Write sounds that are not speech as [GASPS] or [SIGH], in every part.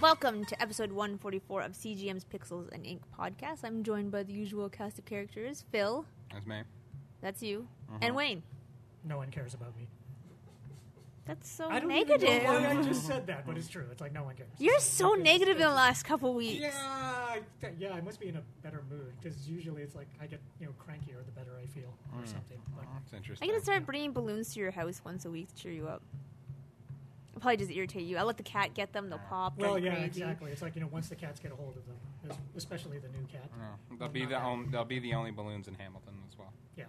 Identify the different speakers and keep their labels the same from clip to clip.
Speaker 1: Welcome to episode 144 of CGM's Pixels and Ink podcast. I'm joined by the usual cast of characters Phil,
Speaker 2: That's me.
Speaker 1: that's you, and Wayne.
Speaker 3: No one cares about me.
Speaker 1: That's so
Speaker 3: I don't
Speaker 1: negative.
Speaker 3: even know why I just said that, but it's true. It's like no one cares.
Speaker 1: You're so
Speaker 3: It's-
Speaker 1: negative in the
Speaker 3: it's-
Speaker 1: last couple weeks.
Speaker 3: Yeah, I- th- yeah. I must be in a better mood because usually it's like I get you know crankier the better I feel
Speaker 2: Mm.
Speaker 3: or something. But
Speaker 2: Oh, That's
Speaker 1: I
Speaker 2: interesting.
Speaker 1: gotta start bringing balloons to your house once a week to cheer you up. It probably just irritate you. I let the cat get them; they'll pop.
Speaker 3: well,
Speaker 1: drive you
Speaker 3: yeah,
Speaker 1: crazy.
Speaker 3: exactly. It's like you know once the cats get a hold of them, es- especially the new cat.
Speaker 2: Yeah. They'll be the home. They'll be the only balloons in Hamilton as well.
Speaker 3: Yeah,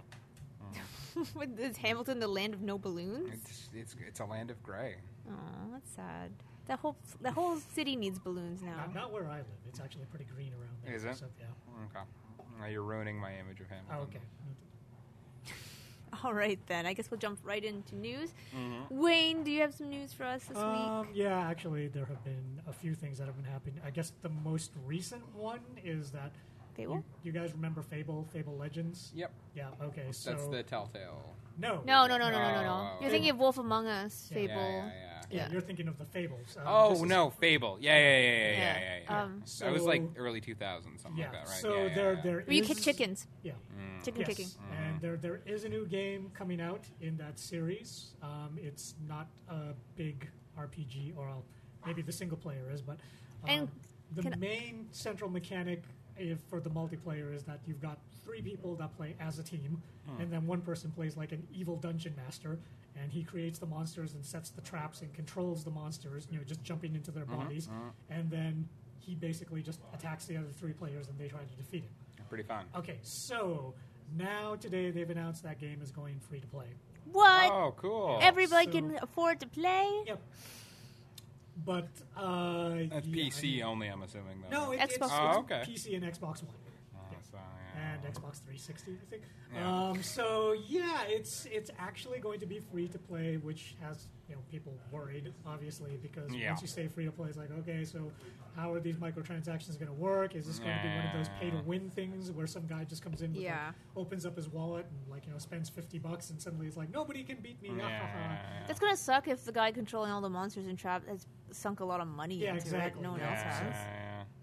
Speaker 1: [LAUGHS] What, Is Hamilton the land of no balloons?
Speaker 2: It's it's it's a land of gray.
Speaker 1: Oh, that's sad. That whole that whole city needs balloons now.
Speaker 3: Not, not where I live. It's actually pretty green around there.
Speaker 2: Is it?
Speaker 3: So, yeah.
Speaker 2: Okay. Now you're ruining my image of Hamilton.
Speaker 3: Oh, okay.
Speaker 1: All right, then. I guess we'll jump right into news.
Speaker 2: Mhm.
Speaker 1: Wayne, do you have some news for us this
Speaker 3: Um,
Speaker 1: week?
Speaker 3: yeah, actually, there have been a few things that have been happening. I guess the most recent one is that
Speaker 1: Fable?
Speaker 3: You, you guys remember Fable, Fable Legends?
Speaker 2: Yep.
Speaker 3: Yeah. Okay. So
Speaker 2: That's the Telltale.
Speaker 3: no.
Speaker 1: No, no, no, no, no, no,
Speaker 2: Oh,
Speaker 1: no.
Speaker 2: oh,
Speaker 1: You're
Speaker 2: oh.
Speaker 1: thinking of Wolf Among Us,
Speaker 3: Yeah.
Speaker 2: Yeah,
Speaker 1: Fable.
Speaker 2: yeah, yeah.
Speaker 3: Yeah,
Speaker 1: Yeah.
Speaker 3: you're thinking of the Fables. Um, this
Speaker 2: Oh
Speaker 3: is-
Speaker 2: no, Fable. Yeah, yeah, yeah, yeah, yeah,
Speaker 1: Yeah.
Speaker 2: yeah. yeah.
Speaker 1: Um,
Speaker 2: that was like
Speaker 3: So-
Speaker 2: early 2000s, something
Speaker 3: Yeah.
Speaker 2: like that, right?
Speaker 3: So
Speaker 2: yeah, yeah,
Speaker 3: there,
Speaker 2: yeah.
Speaker 3: there.
Speaker 1: Where you kick
Speaker 3: is-
Speaker 1: chickens.
Speaker 3: Yeah.
Speaker 2: Mm.
Speaker 1: Chicken
Speaker 3: yes.
Speaker 1: kicking.
Speaker 3: And there, there is a new game coming out in that series. Um, it's not a big RPG, or I'll, maybe the single player is, but um,
Speaker 1: And
Speaker 3: the
Speaker 1: can I-
Speaker 3: main central mechanic if, for the multiplayer is that you've got three people that play as a team, and then one person plays like an evil dungeon master, and he creates the monsters and sets the traps and controls the monsters. You know, just jumping into their
Speaker 2: Mm-hmm.
Speaker 3: bodies, and then he basically just attacks the other three players, and they try to defeat him.
Speaker 2: Pretty fun.
Speaker 3: Okay, so now today they've announced that game is going free to play.
Speaker 1: What?
Speaker 2: Oh, cool.
Speaker 1: Everybody
Speaker 3: so-
Speaker 1: can afford to play?
Speaker 3: Yep. But uh,
Speaker 2: That's
Speaker 3: yeah, I
Speaker 2: PC
Speaker 3: mean-
Speaker 2: only, I'm assuming. Though.
Speaker 3: no, it, it's,
Speaker 1: Xbox
Speaker 3: it's
Speaker 2: Oh, okay.
Speaker 3: PC and Xbox One
Speaker 2: Oh, so, yeah.
Speaker 3: and Xbox 360, I think.
Speaker 2: Yeah.
Speaker 3: Um, so yeah, it's it's actually going to be free to play, which has you know people worried, obviously, because
Speaker 2: Yeah.
Speaker 3: once you say free to play, it's like okay, so how are these microtransactions going to work? Is this going to be one of those pay to win things where some guy just comes in, with
Speaker 1: Yeah.
Speaker 3: like, opens up his wallet and like you know spends 50 bucks, and suddenly it's like nobody can beat me.
Speaker 2: Yeah, yeah, yeah.
Speaker 1: That's gonna suck if the guy controlling all the monsters and traps has sunk a lot of money
Speaker 3: Yeah,
Speaker 1: into it.
Speaker 3: exactly.
Speaker 1: No one
Speaker 2: Yeah,
Speaker 1: else has.
Speaker 2: yeah,
Speaker 3: [LAUGHS]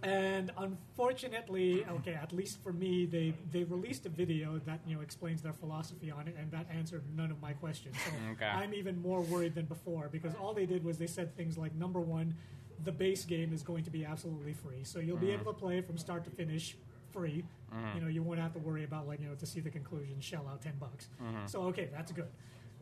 Speaker 3: And unfortunately, okay, at least for me, they they released a video that you know explains their philosophy on it, and that answered none of my questions. So
Speaker 2: Okay.
Speaker 3: I'm even more worried than before because all they did was they said things like number one, the base game is going to be absolutely free, so you'll be able to play from start to finish free.
Speaker 2: Mm-hmm. Hmm.
Speaker 3: You know, you won't have to worry about like you know to see the conclusion, shell out ten bucks.
Speaker 2: Mm-hmm.
Speaker 3: So okay, that's good.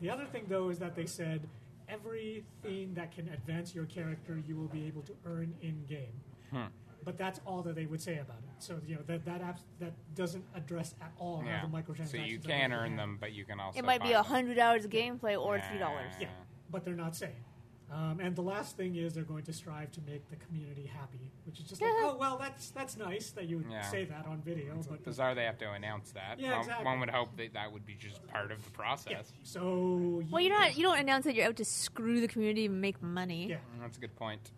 Speaker 3: The other thing though is that they said everything that can advance your character, you will be able to earn in game
Speaker 2: Hmm.
Speaker 3: but that's all that they would say about it. So you know that that apps, that doesn't address at all
Speaker 2: yeah.
Speaker 3: how the microtransactions.
Speaker 2: So you
Speaker 3: are
Speaker 2: can
Speaker 3: going to
Speaker 2: earn
Speaker 3: be.
Speaker 2: them, but you can also.
Speaker 1: It might be
Speaker 2: buy
Speaker 1: a
Speaker 2: them.
Speaker 1: hundred hours of gameplay or
Speaker 2: Yeah.
Speaker 1: three dollars.
Speaker 3: Yeah, but they're not saying. Um, and the last thing is they're going to strive to make the community happy, which is just like,
Speaker 1: Yeah.
Speaker 3: oh well, that's that's nice that you would
Speaker 2: Yeah.
Speaker 3: say that on video, but
Speaker 2: Bizarre they have to announce that.
Speaker 3: Yeah,
Speaker 2: one,
Speaker 3: exactly.
Speaker 2: one would hope that that would be just part of the process.
Speaker 3: so
Speaker 1: Well,
Speaker 3: you-
Speaker 1: you're not. You don't announce that you're out to screw the community and make money.
Speaker 3: Yeah.
Speaker 2: Mm, That's a good point.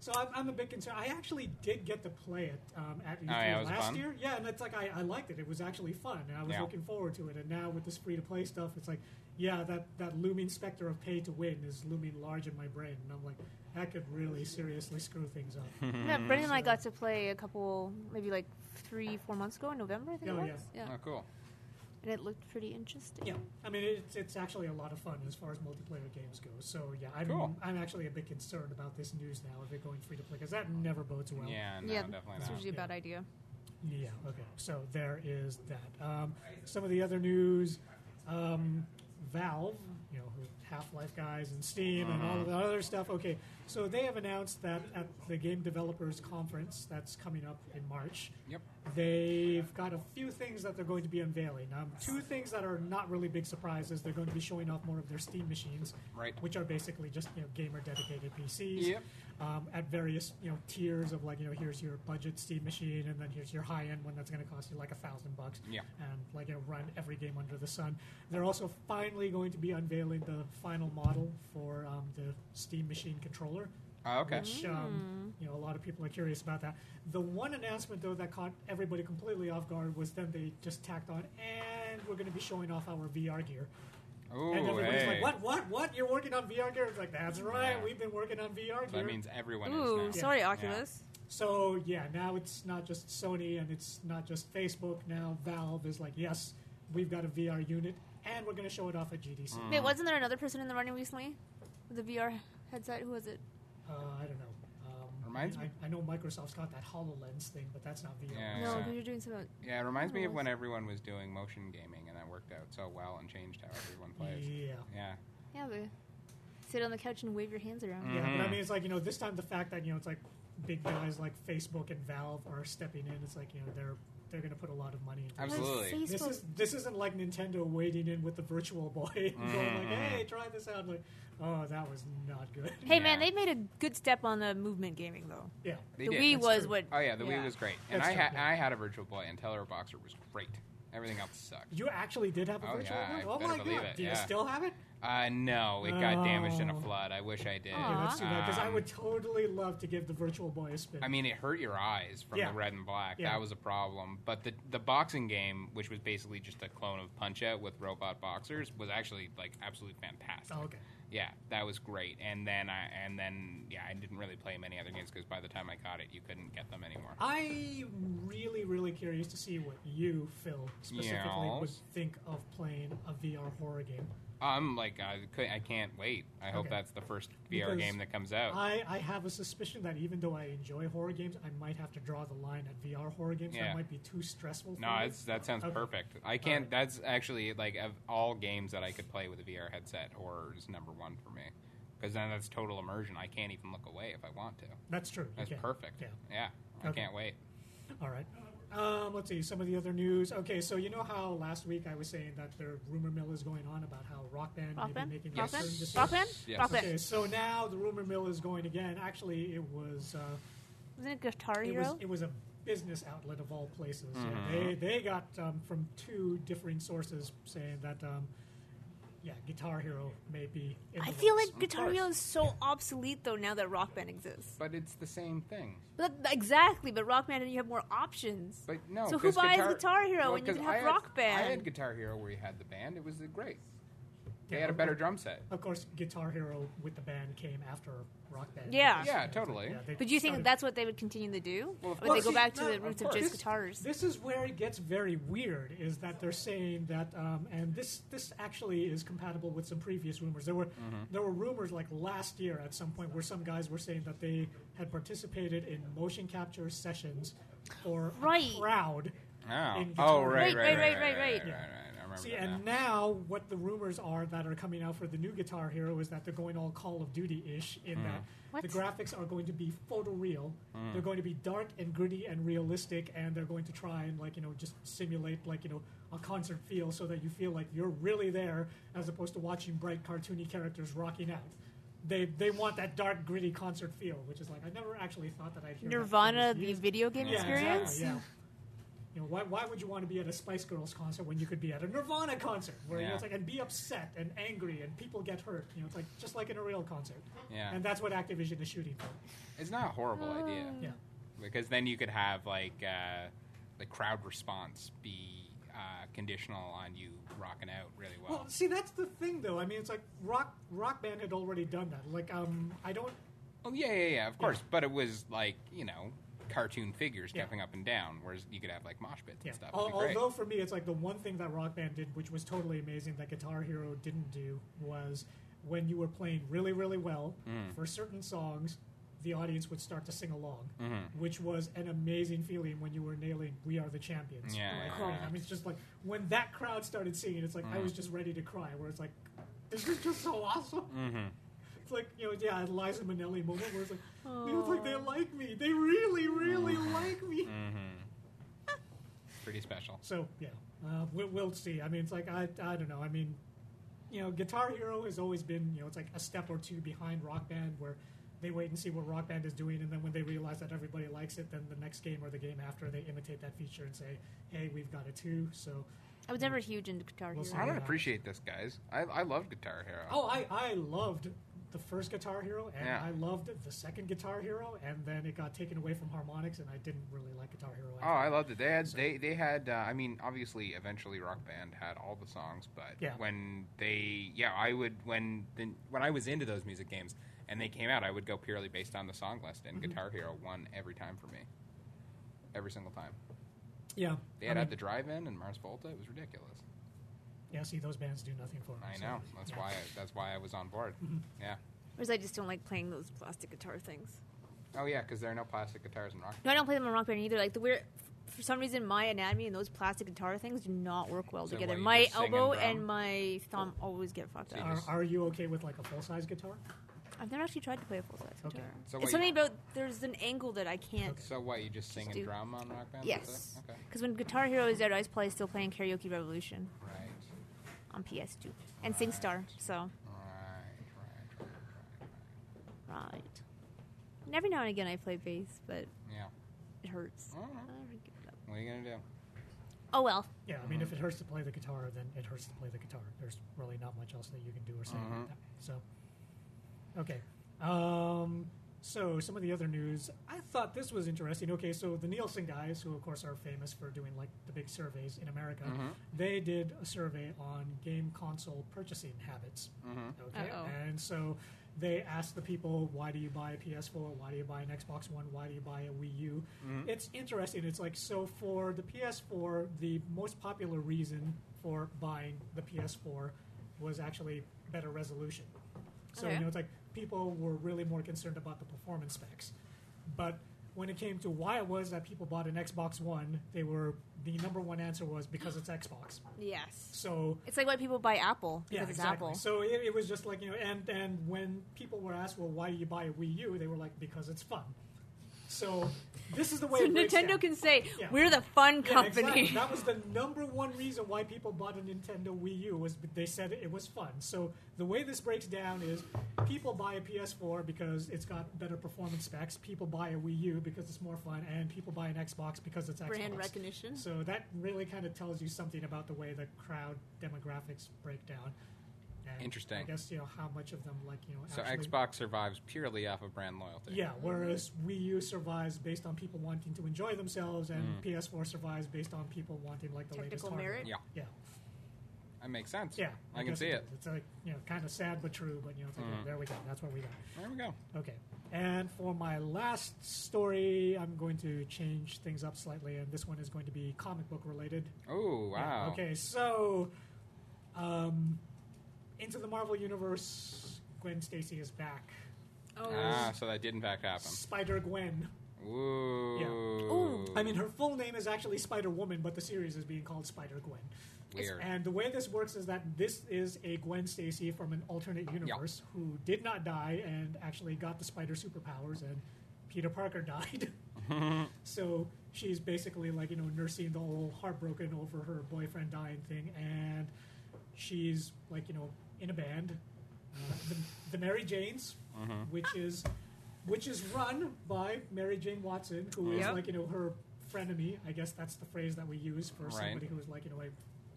Speaker 3: So I'm, I'm a bit concerned. I actually did get to play it um, at E3
Speaker 2: Oh, yeah, it was
Speaker 3: last
Speaker 2: fun?
Speaker 3: year. Yeah, and it's like I, I liked it. It was actually fun, and I was
Speaker 2: Yeah.
Speaker 3: looking forward to it. And now with this free to play stuff, it's like, yeah, that, that looming specter of pay to win is looming large in my brain, and I'm like, that could really seriously screw
Speaker 2: [LAUGHS]
Speaker 3: things up.
Speaker 1: Yeah,
Speaker 2: Mm-hmm.
Speaker 1: Brendan and I got to play a couple, maybe like three, four months ago in November, I think
Speaker 3: Oh,
Speaker 1: it
Speaker 3: yeah.
Speaker 1: was. Yeah.
Speaker 2: Oh, cool.
Speaker 1: And it looked pretty interesting.
Speaker 3: yeah, I mean, it's it's actually a lot of fun as far as multiplayer games go. So yeah, I'm
Speaker 2: Cool.
Speaker 3: I'm actually a bit concerned about this news now if they're going free to play because that never bodes well.
Speaker 2: Yeah, no,
Speaker 1: yeah,
Speaker 2: definitely
Speaker 1: that's
Speaker 2: not.
Speaker 1: usually a
Speaker 3: Yeah.
Speaker 1: bad idea.
Speaker 3: Yeah, okay. So there is that. Um, some of the other news um, Valve, you know, Half Life guys and Steam and all of that other stuff. Okay, so they have announced that at the Game Developers Conference that's coming up in March,
Speaker 2: Yep.
Speaker 3: they've got a few things that they're going to be unveiling. Um, two things that are not really big surprises. They're going to be showing off more of their Steam machines,
Speaker 2: Right.
Speaker 3: which are basically just you know, gamer dedicated PCs
Speaker 2: Yep.
Speaker 3: um, at various you know tiers of like you know here's your budget Steam machine and then here's your high end one that's going to cost you like a thousand bucks
Speaker 2: Yeah.
Speaker 3: and like you know run every game under the sun. They're also finally going to be unveiling the final model for um, the Steam machine controller
Speaker 2: Oh, okay.
Speaker 3: which
Speaker 1: Hmm.
Speaker 3: um, you know a lot of people are curious about that. The one announcement though that caught everybody completely off guard was then they just tacked on, and we're going to be showing off our VR gear.
Speaker 2: Ooh,
Speaker 3: and everybody's
Speaker 2: hey.
Speaker 3: like, "What? What? What? You're working on VR gear?" It's like, "That's right.
Speaker 2: Yeah.
Speaker 3: We've been working on VR
Speaker 2: So that
Speaker 3: gear."
Speaker 2: means everyone
Speaker 1: Ooh,
Speaker 2: is now.
Speaker 1: sorry,
Speaker 2: Yeah.
Speaker 1: Oculus.
Speaker 3: So yeah, now it's not just Sony and it's not just Facebook. Now Valve is like, yes, we've got a VR unit and we're going to show it off at GDC.
Speaker 2: Hmm.
Speaker 1: Wait, wasn't there another person in the running recently with a VR headset? Who was it?
Speaker 3: Uh, I don't know. Um,
Speaker 2: Reminds
Speaker 3: I,
Speaker 2: me-
Speaker 3: I know Microsoft's got that Hololens thing, but that's not VR.
Speaker 2: Yeah.
Speaker 1: No,
Speaker 2: Uh,
Speaker 1: because you're doing something.
Speaker 2: Yeah, it reminds me of
Speaker 1: Otherwise-
Speaker 2: when everyone was doing motion gaming, and that worked out so well and changed how everyone plays.
Speaker 3: Yeah.
Speaker 2: Yeah.
Speaker 1: Yeah, but sit on the couch and wave your hands around.
Speaker 3: Yeah, but I
Speaker 2: Mhm.
Speaker 3: mean, it's like you know, this time the fact that you know it's like big guys like Facebook and Valve are stepping in. It's like you know they're they're going to put a lot of money. into
Speaker 1: Why is
Speaker 3: this.
Speaker 2: Absolutely.
Speaker 1: Facebook-
Speaker 3: This is this isn't like Nintendo wading in with the Virtual Boy, [LAUGHS] and going like,
Speaker 2: Mhm.
Speaker 3: "Hey, try this out." like, oh, that was not good.
Speaker 1: Hey man,
Speaker 2: Yeah.
Speaker 1: they made a good step on the movement gaming though.
Speaker 3: yeah,
Speaker 2: They
Speaker 1: the
Speaker 2: did.
Speaker 1: Wii
Speaker 3: That's
Speaker 1: was
Speaker 3: true.
Speaker 1: what.
Speaker 2: Oh yeah, the Wii
Speaker 1: yeah.
Speaker 2: was great, and
Speaker 3: That's
Speaker 2: I had
Speaker 3: true, yeah.
Speaker 2: I had a Virtual Boy, and Teller Boxer was great. Everything else sucked.
Speaker 3: you actually did have a
Speaker 2: Oh,
Speaker 3: Virtual
Speaker 2: yeah,
Speaker 3: Boy.
Speaker 2: I
Speaker 3: Oh
Speaker 2: better
Speaker 3: my
Speaker 2: believe
Speaker 3: god,
Speaker 2: it,
Speaker 3: do you
Speaker 2: yeah.
Speaker 3: still have it?
Speaker 2: Uh, no, it got damaged in a
Speaker 3: Oh.
Speaker 2: flood. I wish I did.
Speaker 1: Aw.
Speaker 3: Yeah, that's too bad because I
Speaker 2: Um,
Speaker 3: would totally love to give the Virtual Boy a spin.
Speaker 2: I mean, it hurt your eyes from
Speaker 3: Yeah.
Speaker 2: the red and black.
Speaker 3: Yeah.
Speaker 2: That was a problem. But the the boxing game, which was basically just a clone of Punch Out with robot boxers, was actually like absolutely fantastic.
Speaker 3: oh, okay.
Speaker 2: Yeah, that was great. And then I and then yeah, I didn't really play many other games because by the time I got it, you couldn't get them anymore.
Speaker 3: I'm really, really curious to see what you, Phil, specifically would
Speaker 2: Yes.
Speaker 3: think of playing a VR horror game.
Speaker 2: I'm Um, like I could, I can't wait. I hope
Speaker 3: Okay.
Speaker 2: that's the first VR
Speaker 3: Because
Speaker 2: game that comes out.
Speaker 3: I, I have a suspicion that even though I enjoy horror games, I might have to draw the line at VR horror games.
Speaker 2: Yeah.
Speaker 3: That might be too stressful. For
Speaker 2: no,
Speaker 3: me.
Speaker 2: it's, that sounds
Speaker 3: Okay.
Speaker 2: perfect. I can't. That's actually like of all games that I could play with a VR headset, horror is number one for me because then that's total immersion. I can't even look away if I want to.
Speaker 3: that's true. You
Speaker 2: That's
Speaker 3: can.
Speaker 2: perfect.
Speaker 3: Yeah.
Speaker 2: Yeah, I
Speaker 3: Okay.
Speaker 2: can't wait.
Speaker 3: All right. Um, let's see some of the other news. Okay, so you know how last week I was saying that the rumor mill is going on about how Rock Band
Speaker 1: Rock
Speaker 3: may
Speaker 1: Band?
Speaker 3: be making a
Speaker 1: Rock
Speaker 3: return
Speaker 1: Band?
Speaker 3: this year.
Speaker 1: Rock Band?
Speaker 2: Yes.
Speaker 1: Rock Band.
Speaker 3: Okay, so now the rumor mill is going again. Actually, it was. Uh,
Speaker 1: Wasn't it Guitar
Speaker 3: it
Speaker 1: Hero?
Speaker 3: was it was a business outlet of all places. Yeah, they they got um, from two differing sources saying that um, yeah, Guitar Hero may be. In the
Speaker 1: I feel
Speaker 3: works.
Speaker 1: like Guitar
Speaker 2: course.
Speaker 1: Hero is so obsolete though now that Rock Band exists.
Speaker 2: But it's the same thing.
Speaker 1: But that- exactly, but Rock Band and you have more options.
Speaker 2: But no.
Speaker 1: So who
Speaker 2: 'cause
Speaker 1: buys
Speaker 2: guitar,
Speaker 1: Guitar Hero
Speaker 2: well,
Speaker 1: when you
Speaker 2: 'cause
Speaker 1: can
Speaker 2: I
Speaker 1: have
Speaker 2: had-
Speaker 1: Rock Band?
Speaker 2: I had Guitar Hero where you had the band. It was great. They
Speaker 3: Yeah,
Speaker 2: had a
Speaker 3: but-
Speaker 2: better drum set.
Speaker 3: Of course, Guitar Hero with the band came after Rock Band.
Speaker 1: Yeah.
Speaker 2: Yeah, totally.
Speaker 3: they
Speaker 1: but do you think
Speaker 3: started-
Speaker 1: that's what they would continue to do? Or
Speaker 2: Well, of
Speaker 1: would
Speaker 2: course.
Speaker 1: they go
Speaker 2: See,
Speaker 1: back to
Speaker 2: no,
Speaker 1: the
Speaker 2: of
Speaker 1: roots of,
Speaker 2: course.
Speaker 1: just guitars?
Speaker 3: This is where it gets very weird. Is that they're saying that, um, and this this actually is compatible with some previous rumors. There were there were rumors like last year at some point where some guys were saying that they had participated in motion capture sessions for a
Speaker 1: Right.
Speaker 3: crowd.
Speaker 2: Oh,
Speaker 3: in
Speaker 2: oh
Speaker 3: guitar.
Speaker 2: right,
Speaker 1: Right,
Speaker 2: right, right,
Speaker 1: right,
Speaker 2: right,
Speaker 1: right, right.
Speaker 2: right, right, right. I remember
Speaker 3: See,
Speaker 2: that
Speaker 3: and
Speaker 2: now.
Speaker 3: now what the rumors are that are coming out for the new Guitar Hero is that they're going all Call of Duty ish
Speaker 2: Hmm.
Speaker 3: in that
Speaker 1: What?
Speaker 3: the graphics are going to be photoreal. They're going to be dark and gritty and realistic, and they're going to try and like you know just simulate like you know a concert feel so that you feel like you're really there as opposed to watching bright cartoony characters rocking out. They they want that dark gritty concert feel, which is like I never actually thought that I'd hear. that phrase
Speaker 1: Nirvana,
Speaker 3: used.
Speaker 1: the video game
Speaker 2: Yeah,
Speaker 1: experience?
Speaker 3: Exactly, yeah. You know, why, why would you want to be at a Spice Girls concert when you could be at a Nirvana concert where you know,
Speaker 2: Yeah.
Speaker 3: it's like and be upset and angry and people get hurt? You know, it's like just like in a real concert.
Speaker 2: Yeah.
Speaker 3: And that's what Activision is shooting for.
Speaker 2: it's not a horrible idea
Speaker 3: Yeah.
Speaker 2: because then you could have like uh, the crowd response be uh, conditional on you rocking out really well.
Speaker 3: Well, see, that's the thing though. I mean, it's like rock rock band had already done that. Like, um, I don't.
Speaker 2: oh yeah, yeah, yeah, of course. But it was like you know cartoon figures
Speaker 3: Yeah.
Speaker 2: jumping up and down, whereas you could have like mosh pits
Speaker 3: Yeah.
Speaker 2: and stuff.
Speaker 3: Al-
Speaker 2: It'd be great.
Speaker 3: although for me, it's like the one thing that Rock Band did, which was totally amazing, that Guitar Hero didn't do, was when you were playing really, really well
Speaker 2: Mm.
Speaker 3: for certain songs, the audience would start to sing along,
Speaker 2: Mm-hmm.
Speaker 3: which was an amazing feeling when you were nailing "We Are the Champions."
Speaker 2: Yeah,
Speaker 3: like,
Speaker 2: yeah, yeah. Mm.
Speaker 3: I mean, it's just like when that crowd started singing, it's like I was just ready to cry. Where it's like, this is just so awesome.
Speaker 2: Mm-hmm.
Speaker 3: It's like you know, yeah, Liza Minnelli moment where it's like, it's like they like me. They really, really
Speaker 2: Mm.
Speaker 3: like me.
Speaker 2: Mm-hmm. pretty
Speaker 3: [LAUGHS]
Speaker 2: special.
Speaker 3: So yeah, uh, we, we'll see. I mean, it's like I, I don't know. I mean, you know, Guitar Hero has always been you know it's like a step or two behind Rock Band, where they wait and see what Rock Band is doing, and then when they realize that everybody likes it, then the next game or the game after they imitate that feature and say, hey, we've got it too. So
Speaker 1: I was never huge into Guitar
Speaker 3: Well,
Speaker 1: Hero.
Speaker 2: I
Speaker 3: Yeah.
Speaker 2: don't appreciate this, guys. I, I love Guitar Hero.
Speaker 3: oh, I I loved the first Guitar Hero, and
Speaker 2: Yeah.
Speaker 3: I loved the second Guitar Hero, and then it got taken away from Harmonix, and I didn't really like Guitar Hero.
Speaker 2: Oh, I loved it. They had they they had. Uh, I mean, obviously, eventually Rock Band had all the songs, but
Speaker 3: Yeah.
Speaker 2: when they yeah, I would when the, when I was into those music games and they came out, I would go purely based on the song list, and
Speaker 3: Mm-hmm.
Speaker 2: Guitar Hero won every time for me, every single time.
Speaker 3: yeah,
Speaker 2: They
Speaker 3: I
Speaker 2: had
Speaker 3: mean,
Speaker 2: at the drive-in and Mars Volta. It was ridiculous.
Speaker 3: yeah. See, those bands do nothing for me.
Speaker 2: I
Speaker 3: so,
Speaker 2: know. That's
Speaker 3: yeah. Mm-hmm.
Speaker 2: why. I, that's why I was on board. Yeah.
Speaker 1: Whereas I just don't like playing those plastic guitar things.
Speaker 2: Oh yeah, because there are no plastic guitars in rock.
Speaker 1: No, I don't play them on Rock Band either. Like the weird, f- for some reason, my anatomy and those plastic guitar things do not work well
Speaker 2: So
Speaker 1: together.
Speaker 2: what, you
Speaker 1: My
Speaker 2: just sing and Oh.
Speaker 1: elbow
Speaker 2: drum?
Speaker 1: and my thumb always get fucked
Speaker 2: So
Speaker 1: up.
Speaker 2: you
Speaker 3: Are,
Speaker 2: just-
Speaker 3: are you okay with like a full size guitar?
Speaker 1: I've never actually tried to play a full size
Speaker 3: Okay.
Speaker 1: guitar.
Speaker 2: So what
Speaker 1: it's
Speaker 2: you-
Speaker 1: something about there's an angle that I can't.
Speaker 2: So what? You just sing
Speaker 1: Just
Speaker 2: and
Speaker 1: do-
Speaker 2: drum on Rock Band? That's
Speaker 1: Yes,
Speaker 2: it? Okay.
Speaker 1: because when Guitar Hero is out, I was probably still playing Karaoke Revolution
Speaker 2: Right.
Speaker 1: on PS2 and SingStar. So
Speaker 2: Right, right, right, right, right.
Speaker 1: right, and every now and again I play bass, but
Speaker 2: Yeah.
Speaker 1: it hurts.
Speaker 2: All right. What are you gonna do?
Speaker 1: Oh well,
Speaker 3: Yeah, I mean, if it hurts to play the guitar, then it hurts to play the guitar. There's really not much else that you can do or say. about
Speaker 2: Mhm.
Speaker 3: that. So, okay. Um, so some of the other news, I thought this was interesting. Okay, so the Nielsen guys, who of course are famous for doing like the big surveys in America,
Speaker 2: Mhm.
Speaker 3: they did a survey on game console purchasing habits.
Speaker 2: Mm-hmm.
Speaker 3: Okay,
Speaker 1: Uh-oh.
Speaker 3: and so they asked the people, why do you buy a PS4? Why do you buy an Xbox One? Why do you buy a Wii U?
Speaker 2: Mhm.
Speaker 3: It's interesting. It's like, so for the PS4, the most popular reason for buying the PS4 was actually better resolution. So,
Speaker 1: Okay.
Speaker 3: you know, it's like people were really more concerned about the performance specs. But when it came to why it was that people bought an Xbox One, they were, the number one answer was because it's Xbox.
Speaker 1: yes,
Speaker 3: So,
Speaker 1: it's like why people buy Apple because
Speaker 3: yeah,
Speaker 1: it's
Speaker 3: exactly.
Speaker 1: Apple.
Speaker 3: So it, it was just like you know, and and when people were asked, well, why do you buy a Wii U? They were like, because it's fun. So this is the way
Speaker 1: So
Speaker 3: it breaks
Speaker 1: Nintendo
Speaker 3: down.
Speaker 1: can say
Speaker 3: Yeah.
Speaker 1: we're the fun
Speaker 3: Yeah,
Speaker 1: company. [LAUGHS]
Speaker 3: exactly. That was the number one reason why people bought a Nintendo Wii U was they said it was fun. So the way this breaks down is people buy a PS4 because it's got better performance specs. People buy a Wii U because it's more fun, and people buy an Xbox because it's
Speaker 1: Brand
Speaker 3: Xbox.
Speaker 1: recognition.
Speaker 3: So that really kind of tells you something about the way the crowd demographics break down. And
Speaker 2: Interesting.
Speaker 3: I guess you know how much of them like you know.
Speaker 2: So
Speaker 3: actually,
Speaker 2: Xbox survives purely off of brand loyalty.
Speaker 3: Yeah, whereas Wii U survives based on people wanting to enjoy themselves, and
Speaker 2: Mm.
Speaker 3: PS4 survives based on people wanting like the
Speaker 1: Technical
Speaker 3: latest hardware.
Speaker 1: merit?
Speaker 2: Yeah,
Speaker 3: Yeah,
Speaker 2: that makes sense.
Speaker 3: yeah.
Speaker 2: I can
Speaker 3: guess
Speaker 2: see it.
Speaker 3: is. It's like you know, kind of sad but true. But you know, it's like, yeah,
Speaker 2: Mm.
Speaker 3: there we go. That's what we got.
Speaker 2: There we go.
Speaker 3: Okay. And for my last story, I'm going to change things up slightly, and this one is going to be comic book related.
Speaker 2: Oh
Speaker 3: Yeah,
Speaker 2: wow.
Speaker 3: Okay, so um, into the Marvel universe, Gwen Stacy is back.
Speaker 1: Oh,
Speaker 2: Ah, so that did in fact happen.
Speaker 3: Spider Gwen.
Speaker 2: Ooh.
Speaker 1: Ooh.
Speaker 3: I mean, her full name is actually Spider Woman, but the series is being called Spider Gwen.
Speaker 2: weird.
Speaker 3: And the way this works is that this is a Gwen Stacy from an alternate universe who did not die and actually got the spider superpowers, and Peter Parker [LAUGHS] died.
Speaker 2: Mm-hmm.
Speaker 3: so she's basically like, you know, nursing the whole heartbroken over her boyfriend dying thing, and she's like, you know, in a band, uh, the, the Mary Janes,
Speaker 2: Mm-hmm.
Speaker 3: which is. Which is run by Mary Jane Watson, who is
Speaker 1: Yep.
Speaker 3: like you know her frenemy. I guess that's the phrase that we use for
Speaker 2: Right.
Speaker 3: somebody who is like you know a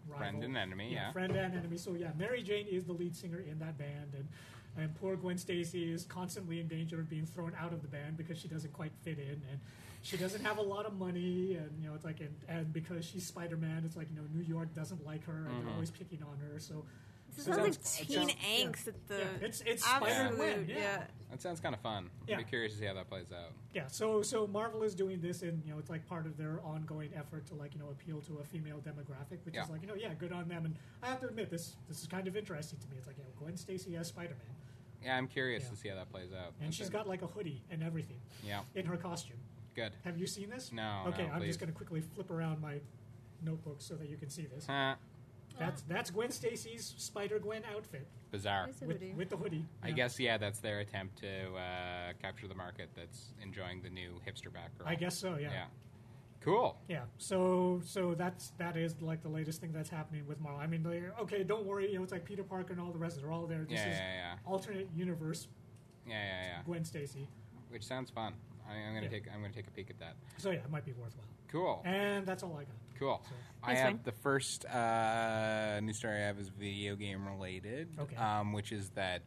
Speaker 3: rival.
Speaker 2: Friend and enemy, yeah.
Speaker 3: friend and enemy. So yeah, Mary Jane is the lead singer in that band, and and poor Gwen Stacy is constantly in danger of being thrown out of the band because she doesn't quite fit in, and she doesn't have a lot of money, and you know it's like and, and because she's Spider Man, it's like you know New York doesn't like her, and
Speaker 2: Mm-hmm.
Speaker 3: they're always picking on her. So
Speaker 1: This
Speaker 3: So
Speaker 1: sounds like
Speaker 3: it's-
Speaker 1: teen
Speaker 3: it's- yeah.
Speaker 1: angst at the
Speaker 3: yeah, it's it's Spider Man.
Speaker 1: absolute
Speaker 3: Yeah.
Speaker 1: yeah.
Speaker 2: that sounds kind of fun.
Speaker 3: Yeah.
Speaker 2: I'd be curious to see how that plays out.
Speaker 3: Yeah, so so Marvel is doing this, and you know it's like part of their ongoing effort to like you know appeal to a female demographic, which
Speaker 2: Yeah.
Speaker 3: is like you know yeah, good on them. And I have to admit this this is kind of interesting to me. It's like yeah, Gwen Stacy as Spider Man,
Speaker 2: Yeah, I'm curious
Speaker 3: Yeah.
Speaker 2: to see how that plays out.
Speaker 3: and she's got like a hoodie and everything
Speaker 2: Yeah,
Speaker 3: in her costume.
Speaker 2: good.
Speaker 3: Have you seen this?
Speaker 2: No,
Speaker 3: Okay,
Speaker 2: no,
Speaker 3: I'm
Speaker 2: please.
Speaker 3: just gonna quickly flip around my notebook so that you can see this.
Speaker 2: Huh.
Speaker 1: Uh-huh.
Speaker 3: That's that's Gwen Stacy's Spider Gwen outfit
Speaker 2: Bizarre.
Speaker 1: It's a
Speaker 3: with,
Speaker 1: hoodie.
Speaker 3: with the hoodie.
Speaker 2: I
Speaker 3: Yeah.
Speaker 2: guess yeah, that's their attempt to uh, capture the market that's enjoying the new hipster back girl.
Speaker 3: I guess so.
Speaker 2: Yeah. Cool.
Speaker 3: Yeah, so so that's that is like the latest thing that's happening with Marvel. I mean, like, okay, don't worry, you know, it's like Peter Parker and all the rest they're all there. This
Speaker 2: Yeah,
Speaker 3: is
Speaker 2: yeah,
Speaker 3: alternate universe
Speaker 2: yeah, yeah, yeah, yeah.
Speaker 3: Gwen Stacy.
Speaker 2: Which sounds fun. I, I'm gonna
Speaker 3: Yeah.
Speaker 2: take. I'm gonna take a peek at that.
Speaker 3: So yeah, it might be worthwhile.
Speaker 2: Cool.
Speaker 3: And that's all I got.
Speaker 2: Cool. I
Speaker 1: That's
Speaker 2: have
Speaker 1: fine.
Speaker 2: the first uh, news story I have is video game related,
Speaker 3: Okay.
Speaker 2: um, which is that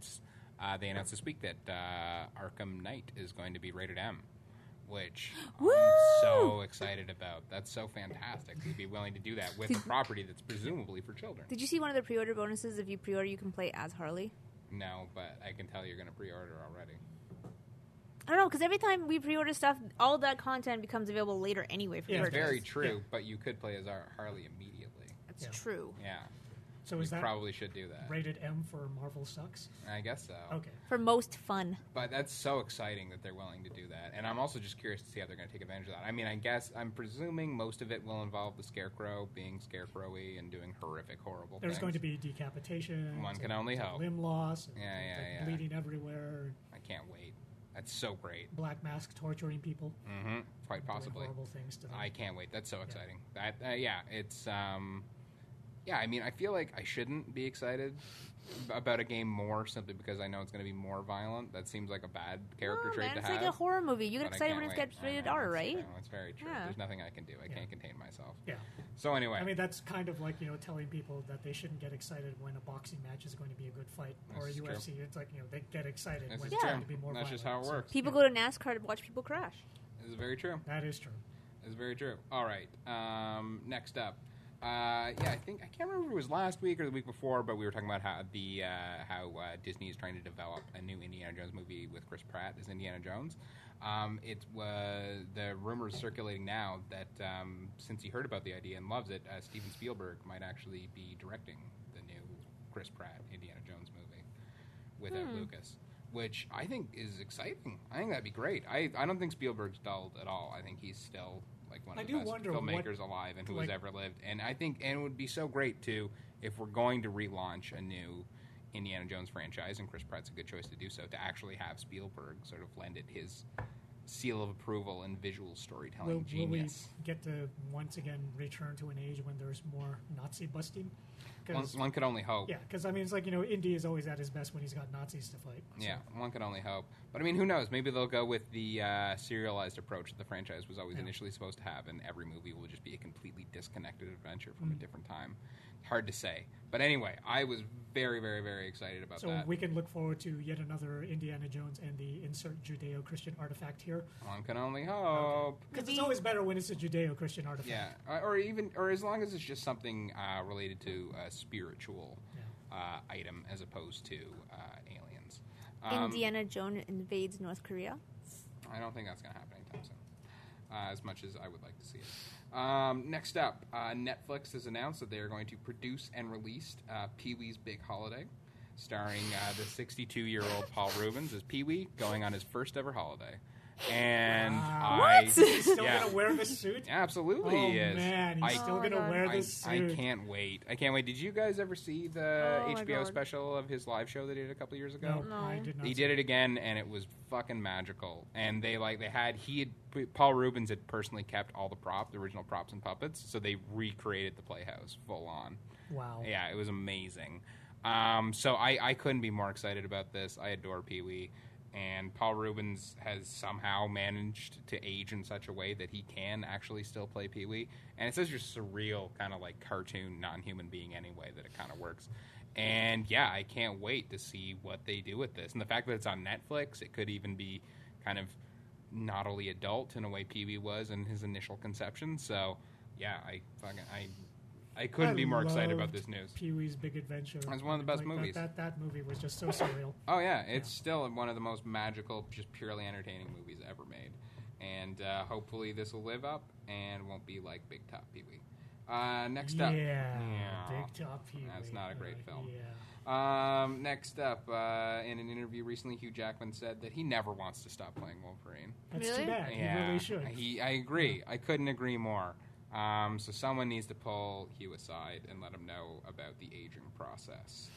Speaker 2: Uh, they announced this week that uh, Arkham Knight is going to be rated M, which
Speaker 1: Woo!
Speaker 2: I'm so excited about. That's so fantastic. We'd be willing to do that with a property that's presumably for children.
Speaker 1: Did you see one of the pre-order bonuses? If you pre-order, you can play as Harley.
Speaker 2: No, but I can tell you're going to pre-order already.
Speaker 1: I don't know because every time we pre-order stuff, all that content becomes available later anyway for
Speaker 3: Yeah, it's
Speaker 1: purchase.
Speaker 2: Very
Speaker 3: Yeah.
Speaker 2: true, but you could play as Ar- Harley immediately.
Speaker 1: That's
Speaker 3: Yeah.
Speaker 1: true.
Speaker 2: Yeah,
Speaker 3: So Oh, is
Speaker 2: you
Speaker 3: that
Speaker 2: probably should do that.
Speaker 3: rated M for Marvel sucks?
Speaker 2: I guess so.
Speaker 3: Okay.
Speaker 1: For most fun,
Speaker 2: But that's so exciting that they're willing to do that. And I'm also just curious to see how they're going to take advantage of that. I mean, I guess I'm presuming most of it will involve the scarecrow being scarecrowy and doing horrific, horrible
Speaker 3: There's
Speaker 2: things.
Speaker 3: going to be decapitation.
Speaker 2: One can only hope.
Speaker 3: Limb loss. and,
Speaker 2: Yeah, yeah,
Speaker 3: like,
Speaker 2: yeah.
Speaker 3: Bleeding everywhere.
Speaker 2: I can't wait. That's so great.
Speaker 3: Black mask torturing people.
Speaker 2: hmm Quite
Speaker 3: doing
Speaker 2: possibly.
Speaker 3: horrible things to them.
Speaker 2: I can't wait. That's so exciting. That uh, yeah, it's um, yeah. I mean, I feel like I shouldn't be excited about a game more simply because I know it's going to be more violent. That seems like a bad character
Speaker 1: Oh,
Speaker 2: trait
Speaker 1: man,
Speaker 2: to
Speaker 1: it's
Speaker 2: have.
Speaker 1: like a horror movie. You get
Speaker 2: but I
Speaker 1: excited
Speaker 2: can't
Speaker 1: when it's
Speaker 2: wait.
Speaker 1: got rated
Speaker 2: I know,
Speaker 1: R,
Speaker 2: that's-
Speaker 1: right?
Speaker 2: That's very true.
Speaker 1: Yeah.
Speaker 2: There's nothing I can do. I
Speaker 3: Yeah.
Speaker 2: can't contain myself.
Speaker 3: Yeah.
Speaker 2: So anyway,
Speaker 3: I mean, that's kind of like, you know, telling people that they shouldn't get excited when a boxing match is going to be a good fight or a
Speaker 2: This is true.
Speaker 3: UFC. It's like, you know, they get excited
Speaker 2: This
Speaker 3: when
Speaker 2: is
Speaker 3: it's
Speaker 1: true.
Speaker 3: going to be more
Speaker 2: That's just
Speaker 3: violent.
Speaker 2: how it
Speaker 3: So,
Speaker 2: works.
Speaker 1: People
Speaker 3: yeah,
Speaker 1: go to NASCAR to watch people crash.
Speaker 2: this is very true.
Speaker 3: That is true.
Speaker 2: This is very true. All right. Um, next up. Uh, yeah, I think I can't remember if it was last week or the week before, but we were talking about how the uh, how uh, Disney is trying to develop a new Indiana Jones movie with Chris Pratt as Indiana Jones. Um, it was the rumors circulating now that um, since he heard about the idea and loves it, uh, Steven Spielberg might actually be directing the new Chris Pratt Indiana Jones movie without Lucas, which I think is exciting. I think that'd be great. I, I don't think Spielberg's dulled at all. I think he's still like one of
Speaker 3: I
Speaker 2: the
Speaker 3: do
Speaker 2: best
Speaker 3: wonder what-
Speaker 2: filmmakers alive and who
Speaker 3: like-
Speaker 2: has ever lived. And I think and it would be so great too if we're going to relaunch a new Indiana Jones franchise, and Chris Pratt's a good choice to do so. To actually have Spielberg sort of lend it his seal of approval and visual storytelling
Speaker 3: Will, will we
Speaker 2: Oh, genius.
Speaker 3: get to once again return to an age when there's more Nazi busting?
Speaker 2: One,
Speaker 3: Because
Speaker 2: one could only hope.
Speaker 3: yeah, because I mean, it's like you know, Indy is always at his best when he's got Nazis to fight. So,
Speaker 2: Yeah, one can only hope. But I mean, who knows? Maybe they'll go with the uh, serialized approach that the franchise was always
Speaker 3: Yeah.
Speaker 2: initially supposed to have, and every movie will just be a completely disconnected adventure from
Speaker 3: Mm.
Speaker 2: a different time. Hard to say. But anyway, I was very, very, very excited about
Speaker 3: So
Speaker 2: that.
Speaker 3: we can look forward to yet another Indiana Jones and the insert Judeo-Christian artifact here.
Speaker 2: One can only hope.
Speaker 3: Because it's
Speaker 1: Maybe-
Speaker 3: always better when it's a Judeo-Christian artifact.
Speaker 2: Yeah, Uh, or even, or as long as it's just something uh, related to a spiritual uh, item as opposed to uh, aliens. Um,
Speaker 1: Indiana Jones invades North Korea.
Speaker 2: I don't think that's going to happen anytime soon. Uh, as much as I would like to see it. Um, next up, uh, Netflix has announced that they are going to produce and release uh, Pee Wee's Big Holiday, starring uh, the 62 year old Paul Rubens as Pee Wee going on his first ever holiday. And
Speaker 3: Wow.
Speaker 2: I.
Speaker 1: What?
Speaker 3: [LAUGHS] He's still
Speaker 2: Yeah.
Speaker 3: gonna wear this suit.
Speaker 2: [LAUGHS] Absolutely,
Speaker 3: oh
Speaker 2: he is.
Speaker 3: man, he's
Speaker 2: I,
Speaker 3: still
Speaker 1: Oh my
Speaker 3: gonna
Speaker 1: God.
Speaker 3: wear
Speaker 2: I,
Speaker 3: this
Speaker 2: I
Speaker 3: suit.
Speaker 2: can't wait. I can't wait. Did you guys ever see the
Speaker 1: Oh my
Speaker 2: HBO
Speaker 1: God.
Speaker 2: special of his live show that he did a couple years ago?
Speaker 3: No,
Speaker 1: No.
Speaker 3: I did not.
Speaker 2: He did it again, and it was fucking magical. And they like they had he had Paul Rubens had personally kept all the prop, the original props and puppets, so they recreated the playhouse full on.
Speaker 3: Wow.
Speaker 2: Yeah, it was amazing. Um, so I, I couldn't be more excited about this. I adore Pee Wee, and Paul Rubens has somehow managed to age in such a way that he can actually still play Pee Wee. And it's such a surreal kind of like cartoon, non-human being anyway that it kind of works. And yeah, I can't wait to see what they do with this. And the fact that it's on Netflix, it could even be kind of naughtily adult in a way Pee Wee was in his initial conception. So yeah, I fucking I. I couldn't
Speaker 3: I
Speaker 2: be more excited about
Speaker 3: loved
Speaker 2: this news.
Speaker 3: Pee Wee's Big Adventure.
Speaker 2: It's one of the best
Speaker 3: Like, that-
Speaker 2: movies.
Speaker 3: That, that movie was
Speaker 2: [LAUGHS]
Speaker 3: just so surreal.
Speaker 2: Oh yeah, it's still one of the most magical, just purely entertaining movies ever made, and uh, hopefully this will live up and won't be like Big Top Pee Wee. Uh, next
Speaker 3: yeah,
Speaker 2: up, Yeah.
Speaker 3: Big Top Pee Wee.
Speaker 2: That's not a great
Speaker 3: Uh,
Speaker 2: film.
Speaker 3: Yeah.
Speaker 2: um, next up, uh, in an interview recently, Hugh Jackman said that he never wants to stop playing Wolverine.
Speaker 3: That's
Speaker 1: Really?
Speaker 3: too bad.
Speaker 2: Yeah,
Speaker 3: He really should.
Speaker 2: He, I agree. I couldn't agree more. Um, so someone needs to pull Hugh aside and let him know about the aging process.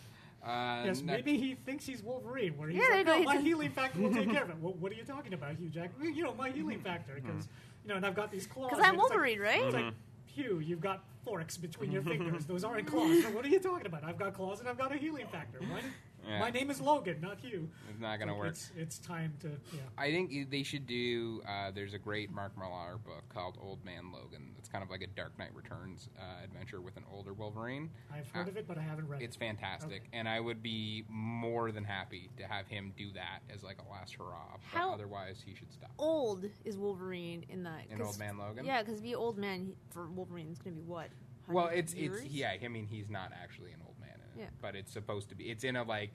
Speaker 2: Uh,
Speaker 3: Yes,
Speaker 2: next-
Speaker 3: maybe he thinks he's Wolverine, where he's
Speaker 1: Yeah,
Speaker 3: like,
Speaker 1: no,
Speaker 3: no,
Speaker 1: he's
Speaker 3: my
Speaker 1: a-
Speaker 3: healing factor will
Speaker 1: [LAUGHS]
Speaker 3: take care of it. Well, what are you talking about, Hugh Jack? [LAUGHS] Well, You know, my healing factor,
Speaker 2: Hmm.
Speaker 3: because, you know, and I've got these claws.
Speaker 1: Because I'm
Speaker 3: and it's like-
Speaker 1: Wolverine, right?
Speaker 3: It's like,
Speaker 2: Mm-hmm.
Speaker 3: Hugh, you've got
Speaker 2: [LAUGHS]
Speaker 3: forks between your fingers. Those aren't claws. So what are you talking about? I've got claws and I've got a healing factor. What?
Speaker 2: Yeah.
Speaker 3: My name is Logan, not you.
Speaker 2: It's not gonna
Speaker 3: Like,
Speaker 2: work.
Speaker 3: It's, it's time to yeah.
Speaker 2: I think i- they should do. Uh, there's a great Mark Millar book called Old Man Logan. It's kind of like a Dark Knight Returns uh, adventure with an older Wolverine.
Speaker 3: I've heard
Speaker 2: Uh,
Speaker 3: of it, but I haven't read
Speaker 2: It's
Speaker 3: it.
Speaker 2: fantastic,
Speaker 3: Okay.
Speaker 2: and I would be more than happy to have him do that as like a last hurrah. But
Speaker 1: How-
Speaker 2: otherwise, he should stop.
Speaker 1: Old is Wolverine in that.
Speaker 2: In
Speaker 1: 'cause-
Speaker 2: Old Man Logan?
Speaker 1: Yeah, because the old man he- for Wolverine is going to be what?
Speaker 2: Well,
Speaker 1: 100
Speaker 2: it's it's
Speaker 1: years?
Speaker 2: yeah. I mean, he's not actually an old man in it,
Speaker 1: Yeah.
Speaker 2: but it's supposed to be. It's in a like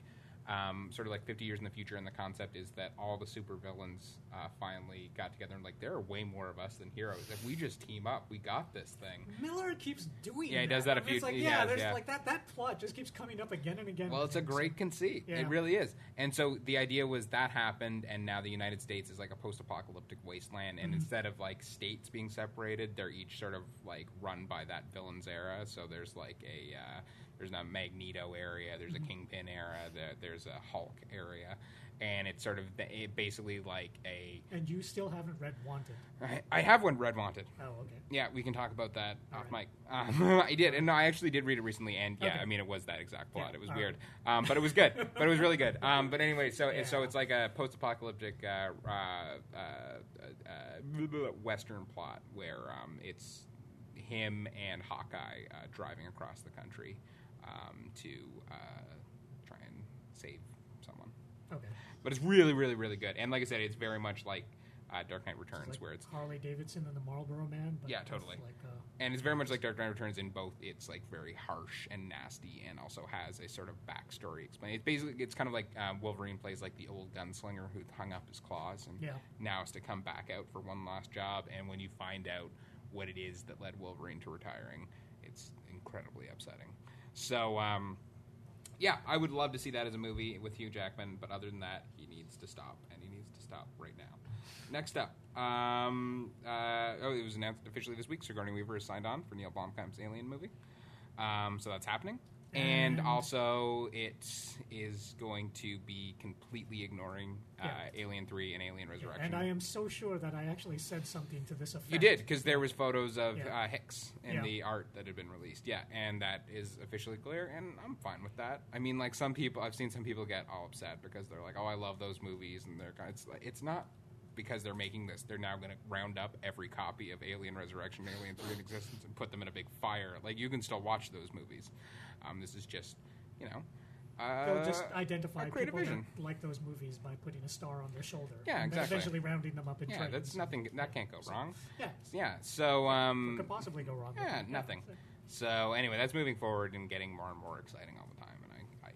Speaker 2: um, sort of like 50 years in the future, and the concept is that all the supervillains uh, finally got together and like there are way more of us than heroes. If we just team up, we got this thing.
Speaker 3: Miller keeps doing.
Speaker 2: Yeah, he
Speaker 3: that.
Speaker 2: does that a
Speaker 3: I mean,
Speaker 2: few-
Speaker 3: It's like
Speaker 2: he
Speaker 3: yeah,
Speaker 2: has,
Speaker 3: there's
Speaker 2: yeah.
Speaker 3: like that that plot just keeps coming up again and again.
Speaker 2: Well, it's a
Speaker 3: So-
Speaker 2: great conceit.
Speaker 3: Yeah.
Speaker 2: It really is. And so the idea was that happened, and now the United States is like a post-apocalyptic wasteland.
Speaker 3: Mm-hmm.
Speaker 2: And instead of like states being separated, they're each sort of like run by that villain's era. So there's like a uh, there's a Magneto area, there's a
Speaker 3: Mm-hmm.
Speaker 2: Kingpin era, there, there's a Hulk area, and it's sort of it basically like a. [LAUGHS]
Speaker 3: And you still haven't read Wanted.
Speaker 2: I- I have one Red Wanted.
Speaker 3: Oh, okay.
Speaker 2: Yeah, we can talk about that off
Speaker 3: right.
Speaker 2: mic. Um, [LAUGHS] I did, and no, I actually did read it recently, and yeah,
Speaker 3: Okay.
Speaker 2: I mean, it was that exact plot.
Speaker 3: Yeah,
Speaker 2: It was
Speaker 3: all
Speaker 2: weird, um, but it was
Speaker 3: [LAUGHS]
Speaker 2: good. but it was really good. Um, but anyway, so so
Speaker 3: Yeah.
Speaker 2: it's like a post-apocalyptic uh, uh, uh, uh, blah, blah, blah, western plot where um, it's him and Hawkeye uh, driving across the country um, to uh, try and save someone.
Speaker 3: Okay.
Speaker 2: But it's really, really, really good, and like I said, it's very much like uh, Dark Knight Returns,
Speaker 3: It's like
Speaker 2: where it's
Speaker 3: Harley Davidson and the Marlboro Man. But
Speaker 2: Yeah,
Speaker 3: with,
Speaker 2: totally.
Speaker 3: Like, uh,
Speaker 2: and it's very much like Dark Knight Returns in both. It's like very harsh and nasty, and also has a sort of backstory explained. It's basically it's kind of like um, Wolverine plays like the old gunslinger who hung up his claws, and
Speaker 3: Yeah.
Speaker 2: now has to come back out for one last job. And when you find out what it is that led Wolverine to retiring, it's incredibly upsetting. So, um, yeah, I would love to see that as a movie with Hugh Jackman, but other than that, he needs to stop, and he needs to stop right now. Next up, um, uh, oh, it was announced officially this week. So, Sigourney Weaver is signed on for Neil Blomkamp's Alien movie, um, so that's happening. And
Speaker 3: And-
Speaker 2: also, it is going to be completely ignoring uh,
Speaker 3: Yeah.
Speaker 2: Alien Three and Alien Resurrection.
Speaker 3: and I am so sure that I actually said something to this effect.
Speaker 2: You did because there was photos of
Speaker 3: Yeah.
Speaker 2: uh, Hicks in
Speaker 3: Yeah.
Speaker 2: the art that had been released. Yeah, and that is officially clear, and I'm fine with that. I mean, like some people, I've seen some people get all upset because they're like, "Oh, I love those movies," and they're kind- it's like it's not because they're making this. They're now going to round up every copy of Alien Resurrection, Alien Three in existence, and put them in a big fire. Like you can still watch those movies. Um, this is just, you know. Uh,
Speaker 3: They'll just identify
Speaker 2: a creative
Speaker 3: people that
Speaker 2: vision.
Speaker 3: like those movies by putting a star on their shoulder.
Speaker 2: Yeah,
Speaker 3: and then
Speaker 2: exactly.
Speaker 3: Eventually rounding them up in
Speaker 2: yeah,
Speaker 3: trades.
Speaker 2: that's nothing. That can't go wrong.
Speaker 3: Yeah,
Speaker 2: Yeah. So,
Speaker 3: what
Speaker 2: um,
Speaker 3: could possibly go wrong? with
Speaker 2: Yeah,
Speaker 3: that?
Speaker 2: nothing. So anyway, that's moving forward and getting more and more exciting all the time. And I, I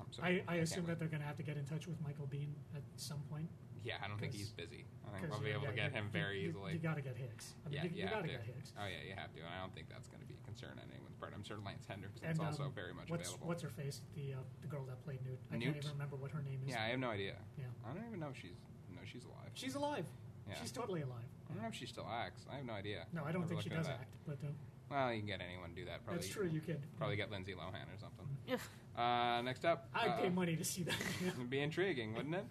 Speaker 2: I'm sorry.
Speaker 3: I, I assume that they're going to have to get in touch with Michael Bean at some point.
Speaker 2: Yeah, I don't think
Speaker 3: 'cause-
Speaker 2: he's busy. I think
Speaker 3: 'cause
Speaker 2: we'll
Speaker 3: you-
Speaker 2: be able to
Speaker 3: yeah,
Speaker 2: get him
Speaker 3: you-
Speaker 2: very
Speaker 3: you-
Speaker 2: easily.
Speaker 3: You got to get Hicks. I mean,
Speaker 2: yeah,
Speaker 3: you,
Speaker 2: you,
Speaker 3: you
Speaker 2: have
Speaker 3: got
Speaker 2: to.
Speaker 3: to get Hicks.
Speaker 2: Oh yeah, you have to. And I don't think that's going to be a concern on anyone's part. I'm sure Lance Hendrickson's
Speaker 3: And um,
Speaker 2: also very much
Speaker 3: what's
Speaker 2: available.
Speaker 3: what's her face? The uh, the girl that played Newt. I
Speaker 2: Newt?
Speaker 3: can't even remember what her name is.
Speaker 2: yeah, I have no idea.
Speaker 3: Yeah.
Speaker 2: I don't even know if she's no, she's alive.
Speaker 3: she's alive.
Speaker 2: Yeah.
Speaker 3: She's totally alive.
Speaker 2: I don't know if she still acts. I have no idea.
Speaker 3: No, I don't
Speaker 2: Never
Speaker 3: think she
Speaker 2: looked into
Speaker 3: does
Speaker 2: that.
Speaker 3: act, but uh,
Speaker 2: Well, you can get anyone to do that. Probably.
Speaker 3: that's true. You could.
Speaker 2: Probably get Lindsay Lohan or something.
Speaker 1: Ugh.
Speaker 2: Uh, next up,
Speaker 3: I'd
Speaker 2: uh,
Speaker 3: pay money to see that.
Speaker 2: It'd be intriguing, wouldn't it?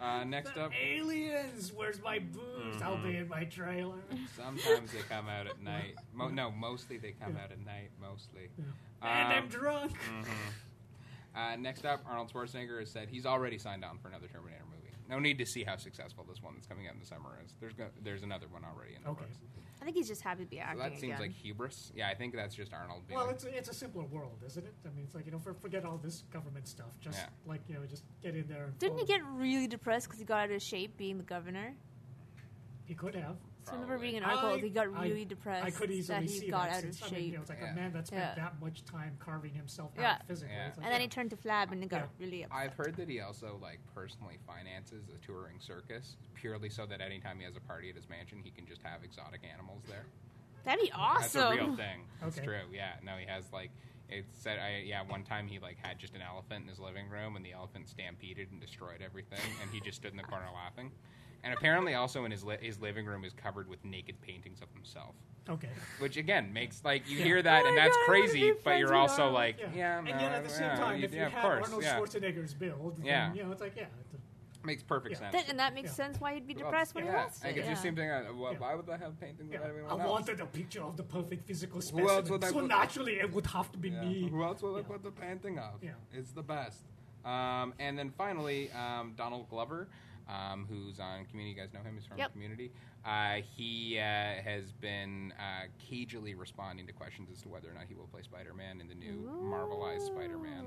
Speaker 2: Uh, [LAUGHS]
Speaker 3: [LAUGHS]
Speaker 2: next
Speaker 3: The
Speaker 2: up, Mm-hmm.
Speaker 3: aliens. Where's my booze? I'll be in my trailer.
Speaker 2: Sometimes they come out
Speaker 3: [LAUGHS]
Speaker 2: at night. Mo- no, mostly they come out at night. Mostly.
Speaker 3: Yeah.
Speaker 2: Um, mm-hmm.
Speaker 3: and I'm drunk.
Speaker 2: mm, Uh, next up, Arnold Schwarzenegger has said he's already signed on for another Terminator movie. No need to see how successful this one that's coming out in the summer is. There's go- there's another one already in the
Speaker 3: Okay.
Speaker 2: works.
Speaker 1: I think he's just happy to be
Speaker 2: So
Speaker 1: acting
Speaker 2: that seems
Speaker 1: again.
Speaker 2: like hubris. Yeah, I think that's just Arnold. Being
Speaker 3: Well,
Speaker 2: like,
Speaker 3: it's a, it's a simpler world, isn't it? I mean, it's like you know, for, forget all this government stuff. Just
Speaker 2: Yeah.
Speaker 3: like you know, just get in there. And
Speaker 1: Didn't he
Speaker 3: follow-
Speaker 1: get really depressed because he got out of shape being the governor?
Speaker 3: He could have.
Speaker 1: So I remember
Speaker 2: Probably.
Speaker 1: reading an article.
Speaker 3: I-
Speaker 1: he got
Speaker 3: I-
Speaker 1: really depressed
Speaker 3: I could easily
Speaker 1: that he
Speaker 3: see
Speaker 1: got
Speaker 3: that
Speaker 1: out of
Speaker 3: since,
Speaker 1: shape,
Speaker 3: I mean, you know, it's like
Speaker 2: Yeah.
Speaker 3: a man that spent
Speaker 1: Yeah.
Speaker 3: that much time carving himself out
Speaker 1: Yeah.
Speaker 3: physically.
Speaker 2: Yeah.
Speaker 3: It's like,
Speaker 1: and then
Speaker 3: yeah.
Speaker 1: he turned to flab and it got
Speaker 3: Yeah.
Speaker 1: really upset.
Speaker 2: I've heard that he also like personally finances a touring circus purely so that anytime he has a party at his mansion, he can just have exotic animals there.
Speaker 1: That'd be awesome.
Speaker 2: That's a real thing. That's
Speaker 3: Okay.
Speaker 2: true. Yeah. No, he has like it said. I yeah. One time he like had just an elephant in his living room, and the elephant stampeded and destroyed everything, and he just stood in the corner laughing. And apparently, also in his li- his living room is covered with naked paintings of himself,
Speaker 3: Okay.
Speaker 2: which again makes like you
Speaker 3: Yeah.
Speaker 2: hear that
Speaker 1: Oh
Speaker 2: and
Speaker 1: my
Speaker 2: that's
Speaker 1: God, I wanna
Speaker 2: crazy,
Speaker 1: be
Speaker 2: but
Speaker 1: friends
Speaker 2: you're
Speaker 1: with
Speaker 2: also
Speaker 1: Arnold.
Speaker 2: like,
Speaker 3: Yeah.
Speaker 2: yeah,
Speaker 3: and
Speaker 2: no,
Speaker 3: yet at the same
Speaker 2: yeah,
Speaker 3: time, if
Speaker 2: yeah,
Speaker 3: you
Speaker 2: of
Speaker 3: had
Speaker 2: course,
Speaker 3: Arnold
Speaker 2: yeah,
Speaker 3: Schwarzenegger's build, then,
Speaker 2: Yeah.
Speaker 3: you know, it's like yeah, it-
Speaker 2: makes perfect
Speaker 3: Yeah.
Speaker 1: [LAUGHS]
Speaker 2: sense.
Speaker 1: That- and that makes
Speaker 3: Yeah.
Speaker 1: sense why he'd be
Speaker 2: Well,
Speaker 1: depressed when he
Speaker 2: yeah,
Speaker 1: lost
Speaker 2: I
Speaker 1: it.
Speaker 2: guess
Speaker 1: yeah.
Speaker 2: you seem to. uh, Well,
Speaker 3: Yeah.
Speaker 2: Why would I have paintings
Speaker 3: yeah.
Speaker 2: of
Speaker 3: I
Speaker 2: anyone else?
Speaker 3: wanted a picture of the perfect
Speaker 2: Who
Speaker 3: physical
Speaker 2: else
Speaker 3: specimen.
Speaker 2: would I
Speaker 3: so
Speaker 2: put-
Speaker 3: naturally, it would have to be
Speaker 2: Yeah. [LAUGHS]
Speaker 3: me.
Speaker 2: Who else will I
Speaker 3: Yeah.
Speaker 2: put the painting of?
Speaker 3: Yeah.
Speaker 2: It's the best. Um, and then finally, um, Donald Glover, um, who's on Community. You guys know him. He's from
Speaker 1: Yep.
Speaker 2: Community. Uh, he uh, has been uh, cagily responding to questions as to whether or not he will play Spider-Man in the new Marvelized Spider-Man,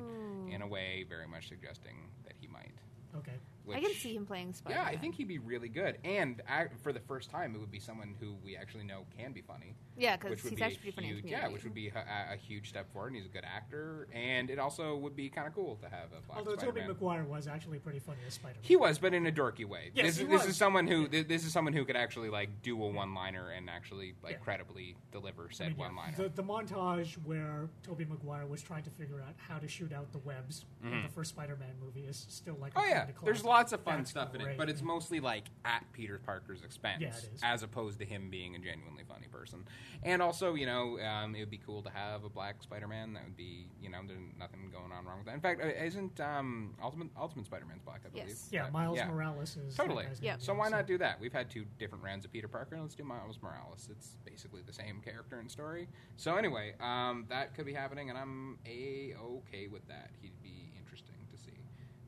Speaker 1: Ooh.
Speaker 2: in a way very much suggesting that he might.
Speaker 3: Okay.
Speaker 1: I can
Speaker 2: which-
Speaker 1: see him playing Spider.
Speaker 2: Yeah, I think he'd be really good. And I, for the first time, it would be someone who we actually know can be funny
Speaker 1: Yeah, because
Speaker 2: which would
Speaker 1: he's
Speaker 2: be a
Speaker 1: actually pretty funny. in
Speaker 2: huge-
Speaker 1: Community.
Speaker 2: Yeah, which would be a, a huge step forward, and he's a good actor. And it also would be kind of cool to have a black
Speaker 3: Although Tobey
Speaker 2: Spider-Man.
Speaker 3: Maguire was actually pretty funny as Spider-Man.
Speaker 2: he was, but in a dorky way.
Speaker 3: Yes,
Speaker 2: this,
Speaker 3: he
Speaker 2: is- this
Speaker 3: was.
Speaker 2: is someone who thi- this is someone who could actually like do a one-liner and actually like
Speaker 3: Yeah.
Speaker 2: credibly deliver
Speaker 3: I
Speaker 2: said
Speaker 3: mean, yeah,
Speaker 2: one-liner.
Speaker 3: the, the montage where Tobey Maguire was trying to figure out how to shoot out the webs in the first Spider-Man movie is still like. a
Speaker 2: Mm-hmm. Oh yeah,
Speaker 3: thing to call
Speaker 2: there's
Speaker 3: it.
Speaker 2: lots of fun
Speaker 3: That's
Speaker 2: stuff in it,
Speaker 3: great.
Speaker 2: but it's mostly like at Peter Parker's expense,
Speaker 3: Yeah, it is.
Speaker 2: as opposed to him being a genuinely funny person. And also, you know, um, it would be cool to have a black Spider-Man. That would be, you know, there's nothing going on wrong with that. In fact, uh, isn't um, Ultimate Ultimate Spider-Man's black? I believe.
Speaker 1: Yes.
Speaker 3: yeah,
Speaker 2: Uh,
Speaker 3: Miles Morales is that
Speaker 2: Totally.
Speaker 3: guy's
Speaker 1: Yeah.
Speaker 3: name,
Speaker 2: So why not do that? We've had two different rounds of Peter Parker. Let's do Miles Morales. It's basically the same character and story. So anyway, um, that could be happening, and I'm a okay with that. He'd be interesting to see.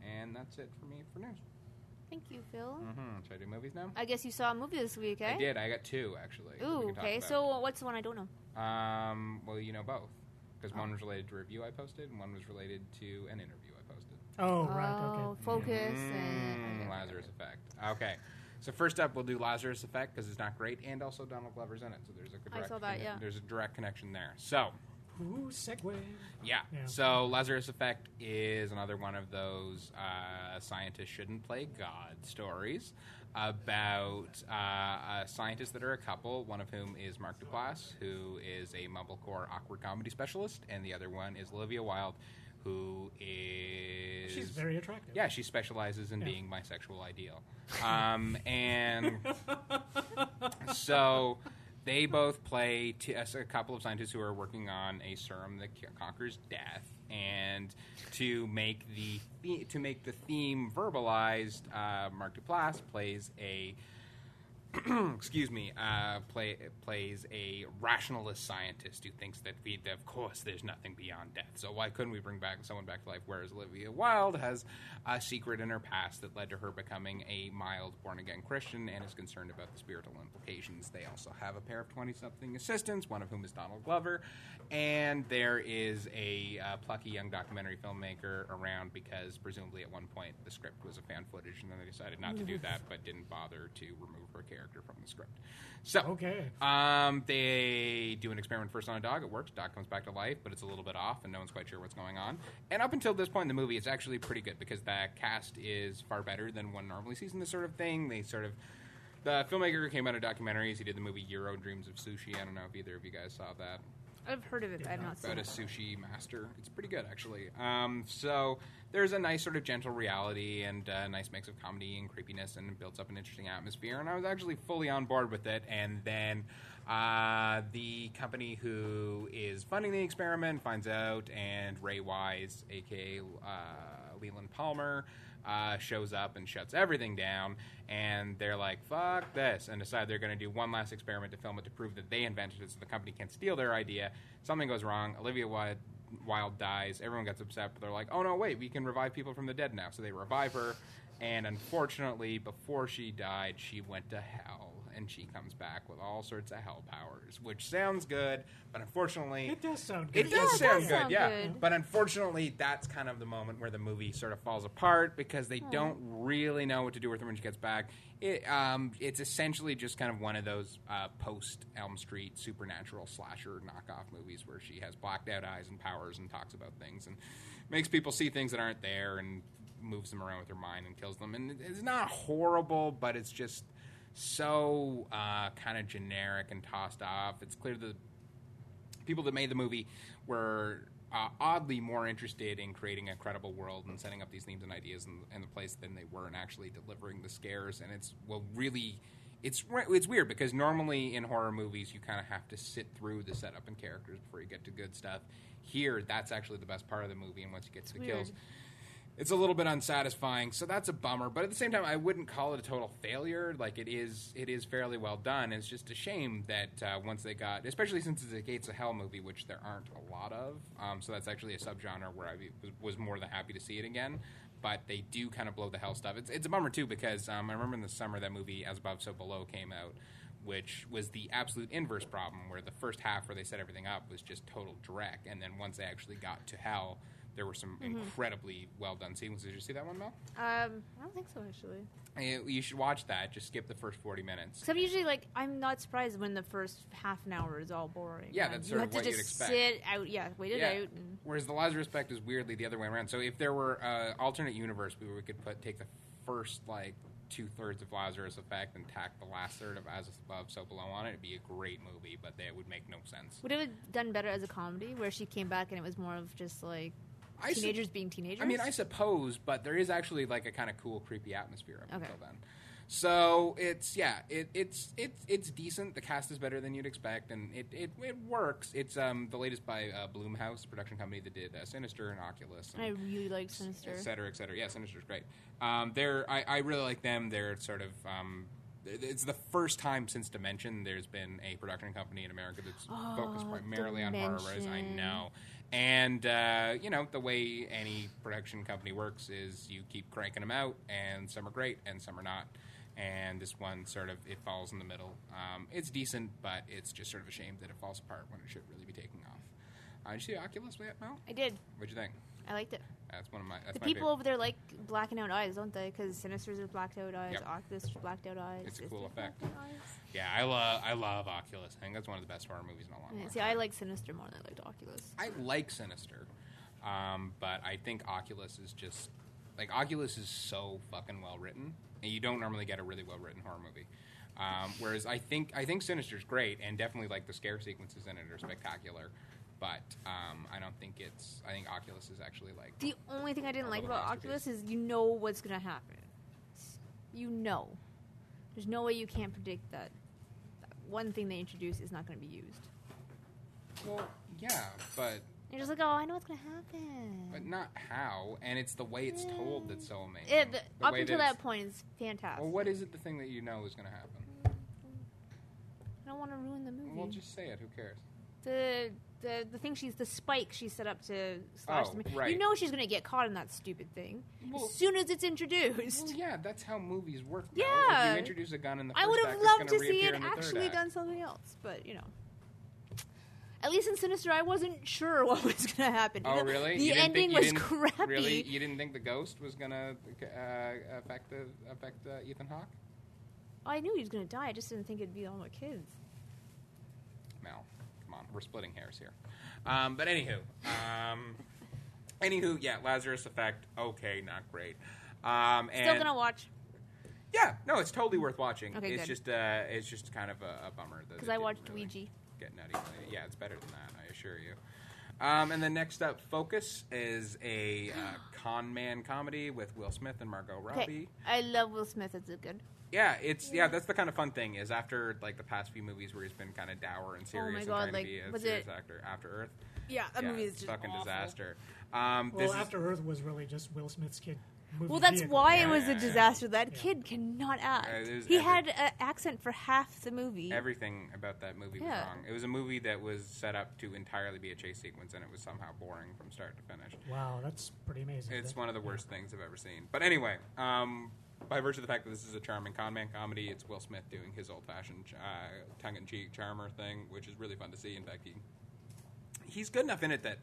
Speaker 2: And that's it for me for news.
Speaker 1: Thank you, Phil.
Speaker 2: Mm-hmm. Should I do movies now?
Speaker 1: I guess you saw a movie this week, eh?
Speaker 2: I did. I got two actually. that we
Speaker 1: Ooh,
Speaker 2: can talk
Speaker 1: okay.
Speaker 2: about.
Speaker 1: So what's the one I don't know?
Speaker 2: um, well, you know both because
Speaker 1: Oh.
Speaker 2: one was related to a review I posted, and one was related to an interview I posted.
Speaker 3: Oh right. Okay.
Speaker 1: Focus
Speaker 2: Mm,
Speaker 1: and okay.
Speaker 2: Lazarus Effect. Okay. So first up, we'll do Lazarus Effect because it's not great, and also Donald Glover's in it, so there's a good
Speaker 1: I
Speaker 2: direct
Speaker 1: saw that,
Speaker 2: conne-
Speaker 1: yeah.
Speaker 2: There's a direct connection there. So
Speaker 3: Ooh, segue.
Speaker 2: yeah.
Speaker 3: Yeah.
Speaker 2: So Lazarus Effect is another one of those uh, scientists shouldn't play God stories about uh, uh, scientists that are a couple, one of whom is Mark Duplass, who is a mumblecore awkward comedy specialist, and the other one is Olivia Wilde, who is
Speaker 3: She's very attractive.
Speaker 2: yeah, she specializes in
Speaker 3: Yeah.
Speaker 2: being my sexual ideal. Um, and so they both play t- a s- a couple of scientists who are working on a serum that c- conquers death. And to make the, the to make the theme verbalized, uh, Mark Duplass plays a excuse me, uh, play, plays a rationalist scientist who thinks that we, that of course, there's nothing beyond death. So why couldn't we bring back someone back to life? Whereas Olivia Wilde has a secret in her past that led to her becoming a mild born again Christian and is concerned about the spiritual implications. They also have a pair of twenty something assistants, one of whom is Donald Glover, and there is a uh, plucky young documentary filmmaker around because presumably at one point the script was a fan footage, and then they decided not to do that, but didn't bother to remove her character from the script. So
Speaker 3: Okay.
Speaker 2: um, they do an experiment first on a dog. It works. Dog comes back to life, but it's a little bit off, and no one's quite sure what's going on. And up until this point in the movie, it's actually pretty good because the cast is far better than one normally sees in this sort of thing. They sort of. The filmmaker came out of documentaries. He did the movie Euro Dreams of Sushi. I don't know if either of you guys saw that
Speaker 1: I've heard of it. but I've not seen
Speaker 2: about a
Speaker 1: it.
Speaker 2: sushi master. It's pretty good, actually. Um, so there's a nice sort of gentle reality and a nice mix of comedy and creepiness, and it builds up an interesting atmosphere. And I was actually fully on board with it. And then uh, the company who is funding the experiment finds out, and Ray Wise, aka uh, Leland Palmer, uh, shows up and shuts everything down, and they're like, "Fuck this!" and decide they're going to do one last experiment to film it to prove that they invented it, so the company can't steal their idea. Something goes wrong. Olivia Wilde, Wilde dies. Everyone gets upset, but they're like, "Oh no, wait! We can revive people from the dead now." So they revive her, and unfortunately, before she died, she went to hell, and she comes back with all sorts of hell powers, which sounds good, but unfortunately,
Speaker 3: It does sound good.
Speaker 2: it
Speaker 1: Yeah,
Speaker 2: does
Speaker 1: it
Speaker 2: sound
Speaker 1: does
Speaker 2: good,
Speaker 1: sound
Speaker 2: yeah.
Speaker 1: good.
Speaker 2: But unfortunately, that's kind of the moment where the movie sort of falls apart because they don't really know what to do with her when she gets back. It, um, it's essentially just kind of one of those uh, post Elm Street supernatural slasher knockoff movies where she has blacked out eyes and powers and talks about things and makes people see things that aren't there and moves them around with her mind and kills them. And it- it's not horrible, but it's just so uh, kind of generic and tossed off. It's clear that people that made the movie were uh, oddly more interested in creating a credible world and setting up these themes and ideas in, in the place than they were in actually delivering the scares. And it's well, really, it's re- it's weird because normally in horror movies you kind of have to sit through the setup and characters before you get to good stuff. Here, that's actually the best part of the movie, and once you get to the
Speaker 1: weird.
Speaker 2: kills, it's a little bit unsatisfying. So that's a bummer. But at the same time, I wouldn't call it a total failure. Like it is, it is fairly well done. It's just a shame that uh, once they got, especially since it's a Gates of Hell movie, which there aren't a lot of. Um, so that's actually a subgenre where I was, was more than happy to see it again. But they do kind of blow the hell stuff. It's it's a bummer too because um, I remember in the summer that movie As Above So Below came out. Which was the absolute inverse problem, where the first half where they set everything up was just total dreck, and then once they actually got to hell, there were some incredibly well done sequences. Did you see that one, Mel?
Speaker 1: Um, I don't think so actually.
Speaker 2: Eh, You should watch that. Just skip the first forty minutes.
Speaker 1: Because I'm usually like I'm not surprised when the first half an hour is all boring.
Speaker 2: Yeah,
Speaker 1: Like,
Speaker 2: that's
Speaker 1: you
Speaker 2: sort
Speaker 1: have
Speaker 2: of
Speaker 1: to
Speaker 2: what you'd
Speaker 1: just
Speaker 2: expect.
Speaker 1: sit out. Yeah, wait it out. And,
Speaker 2: Whereas the Lazarus Effect is weirdly the other way around. So if there were uh, alternate universe, we could put take the first like two thirds of Lazarus Effect and tack the last third of As Above So Below on it. It'd be a great movie, but that would make no sense.
Speaker 1: would it have done better as a comedy where she came back and it was more of just like
Speaker 2: I su-
Speaker 1: teenagers being teenagers?
Speaker 2: I mean, I suppose, but there is actually like a kind of cool, creepy atmosphere up
Speaker 1: Okay.
Speaker 2: until then. So it's yeah, it, it's it's it's decent. The cast is better than you'd expect, and it, it, it works. It's um the latest by uh, Bloomhouse, the production company that did uh, Sinister and Oculus. And
Speaker 1: I really like Sinister.
Speaker 2: et cetera, et cetera. Yeah, Sinister's great. Um, they're I, I really like them. They're sort of um, it's the first time since Dimension there's been a production company in America that's focused primarily on horror. As I
Speaker 1: Ah, Dimension.
Speaker 2: know, and uh, you know the way any production company works is you keep cranking them out, and some are great and some are not. And this one sort of it falls in the middle. Um, it's decent, but it's just sort of a shame that it falls apart when it should really be taking off. Uh, did you see Oculus yet, Mel?
Speaker 1: I did.
Speaker 2: What'd you think?
Speaker 1: I liked it.
Speaker 2: That's one of my. That's
Speaker 1: The
Speaker 2: my
Speaker 1: people
Speaker 2: favorite.
Speaker 1: over there like blacking out eyes, don't they? Because Sinister's are blacked out eyes,
Speaker 2: Yep.
Speaker 1: Oculus are blacked out eyes.
Speaker 2: It's a
Speaker 1: this
Speaker 2: cool
Speaker 1: is
Speaker 2: effect.
Speaker 1: blacked out eyes.
Speaker 2: Yeah, I love I love Oculus. I think that's one of the best horror movies in a long, long
Speaker 1: Yeah,
Speaker 2: time.
Speaker 1: see, I like Sinister more than I liked Oculus.
Speaker 2: I like Sinister, um, but I think Oculus is just like Oculus is so fucking well written, and you don't normally get a really well written horror movie. Um, whereas I think I think Sinister's great, and definitely like the scare sequences in it are spectacular. But um, I don't think it's. I think Oculus is actually like.
Speaker 1: The only thing I didn't
Speaker 2: Our
Speaker 1: like
Speaker 2: little
Speaker 1: about Oculus
Speaker 2: masterpiece.
Speaker 1: is you know what's going to happen. S- You know. There's no way you can't predict that that one thing they introduce is not going to be used.
Speaker 2: Well, yeah, but
Speaker 1: You're just like, oh, I know what's going to happen.
Speaker 2: but not how, and it's the way it's told that's so amazing.
Speaker 1: It- the-
Speaker 2: The
Speaker 1: up
Speaker 2: way
Speaker 1: until
Speaker 2: that it's-
Speaker 1: that point, it's fantastic.
Speaker 2: Well, what is it? The thing that you know is going to happen.
Speaker 1: I don't want to ruin the movie.
Speaker 2: Well, just say it. Who cares?
Speaker 1: the, the the thing she's the spike she set up to slash
Speaker 2: Oh,
Speaker 1: them.
Speaker 2: right.
Speaker 1: You know she's going to get caught in that stupid thing
Speaker 2: Well-
Speaker 1: as soon as it's
Speaker 2: Well,
Speaker 1: introduced.
Speaker 2: yeah, that's how movies work. Mel. if
Speaker 1: Yeah.
Speaker 2: you introduce a gun in the first
Speaker 1: I would
Speaker 2: act,
Speaker 1: have
Speaker 2: it's
Speaker 1: loved to
Speaker 2: gonna
Speaker 1: see
Speaker 2: reappear
Speaker 1: it
Speaker 2: in the third
Speaker 1: actually
Speaker 2: act.
Speaker 1: done something else, but you know. At least in Sinister, I wasn't sure what was going to happen.
Speaker 2: Oh,
Speaker 1: The-
Speaker 2: really?
Speaker 1: The
Speaker 2: You didn't
Speaker 1: ending
Speaker 2: think, you
Speaker 1: was
Speaker 2: didn't-
Speaker 1: crappy.
Speaker 2: Really, you didn't think the ghost was gonna uh, affect the, affect uh, Ethan Hawke?
Speaker 1: Oh, I knew he was going to die. I just didn't think it'd be all my kids.
Speaker 2: Mel, come on, we're splitting hairs here. Um, but anywho, um, anywho, yeah, Lazarus Effect. Okay, not great. Um, and
Speaker 1: Still going to watch
Speaker 2: yeah, no, it's totally worth watching.
Speaker 1: Okay,
Speaker 2: it's
Speaker 1: good.
Speaker 2: just uh, it's just kind of a, a bummer that
Speaker 1: because
Speaker 2: it
Speaker 1: I
Speaker 2: didn't
Speaker 1: watched
Speaker 2: really-
Speaker 1: Ouija.
Speaker 2: get nutty. with it. Yeah, it's better than that, I assure you. Um, and then next up, Focus is a uh,
Speaker 1: [GASPS]
Speaker 2: con man comedy with Will Smith and Margot Robbie.
Speaker 1: Okay, I love Will Smith. It's a good.
Speaker 2: Yeah, it's yeah. that's the kind of fun thing is after like the past few movies where he's been kind of dour and serious
Speaker 1: Oh God,
Speaker 2: and trying
Speaker 1: like,
Speaker 2: to be a
Speaker 1: was
Speaker 2: serious
Speaker 1: it-
Speaker 2: actor. After Earth,
Speaker 1: Yeah, that
Speaker 2: yeah,
Speaker 1: movie is
Speaker 2: it's
Speaker 1: just
Speaker 2: fucking
Speaker 1: awful.
Speaker 2: disaster. Um,
Speaker 3: Well,
Speaker 2: this is-
Speaker 3: After Earth was really just Will Smith's kid. moving
Speaker 1: Well, that's
Speaker 3: vehicle.
Speaker 1: why
Speaker 2: Yeah,
Speaker 1: it was
Speaker 2: yeah,
Speaker 1: a
Speaker 2: yeah.
Speaker 1: disaster. That
Speaker 3: Yeah.
Speaker 1: kid cannot act.
Speaker 2: Uh, there's
Speaker 1: he
Speaker 2: every-
Speaker 1: had an accent for half the movie.
Speaker 2: Everything about that movie was
Speaker 1: Yeah.
Speaker 2: wrong. It was a movie that was set up to entirely be a chase sequence, and it was somehow boring from start to finish.
Speaker 3: Wow, that's pretty amazing.
Speaker 2: It's
Speaker 3: That-
Speaker 2: one of the worst things I've ever seen. But anyway, um, by virtue of the fact that this is a charming con man comedy, it's Will Smith doing his old fashioned uh, tongue in cheek charmer thing, which is really fun to see. In fact, he, he's good enough in it that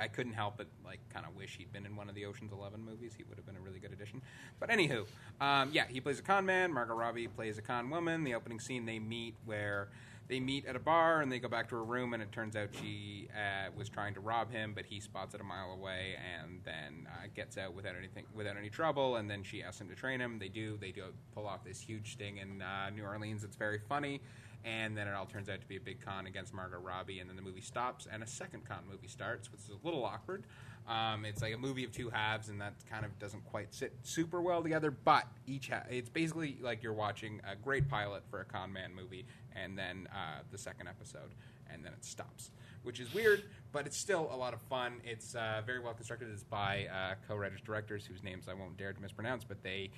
Speaker 2: I couldn't help but like kind of wish he'd been in one of the Ocean's Eleven movies. He would have been a really good addition. But anywho, um, yeah, he plays a con man. Margot Robbie plays a con woman. The opening scene they meet where they meet at a bar and they go back to her room, and it turns out she uh, was trying to rob him, but he spots it a mile away and then uh, gets out without anything, without any trouble. And then she asks him to train him. They do. They do pull off this huge thing in uh, New Orleans. It's very funny and then it all turns out to be a big con against Margot Robbie, and then the movie stops, and a second con movie starts, which is a little awkward. Um, it's like a movie of two halves, and that kind of doesn't quite sit super well together. But each ha- it's basically like you're watching a great pilot for a con man movie, and then uh, the second episode, and then it stops. which is weird, but it's still a lot of fun. It's uh, very well constructed. It's by uh, co-writers directors whose names I won't dare to mispronounce, but they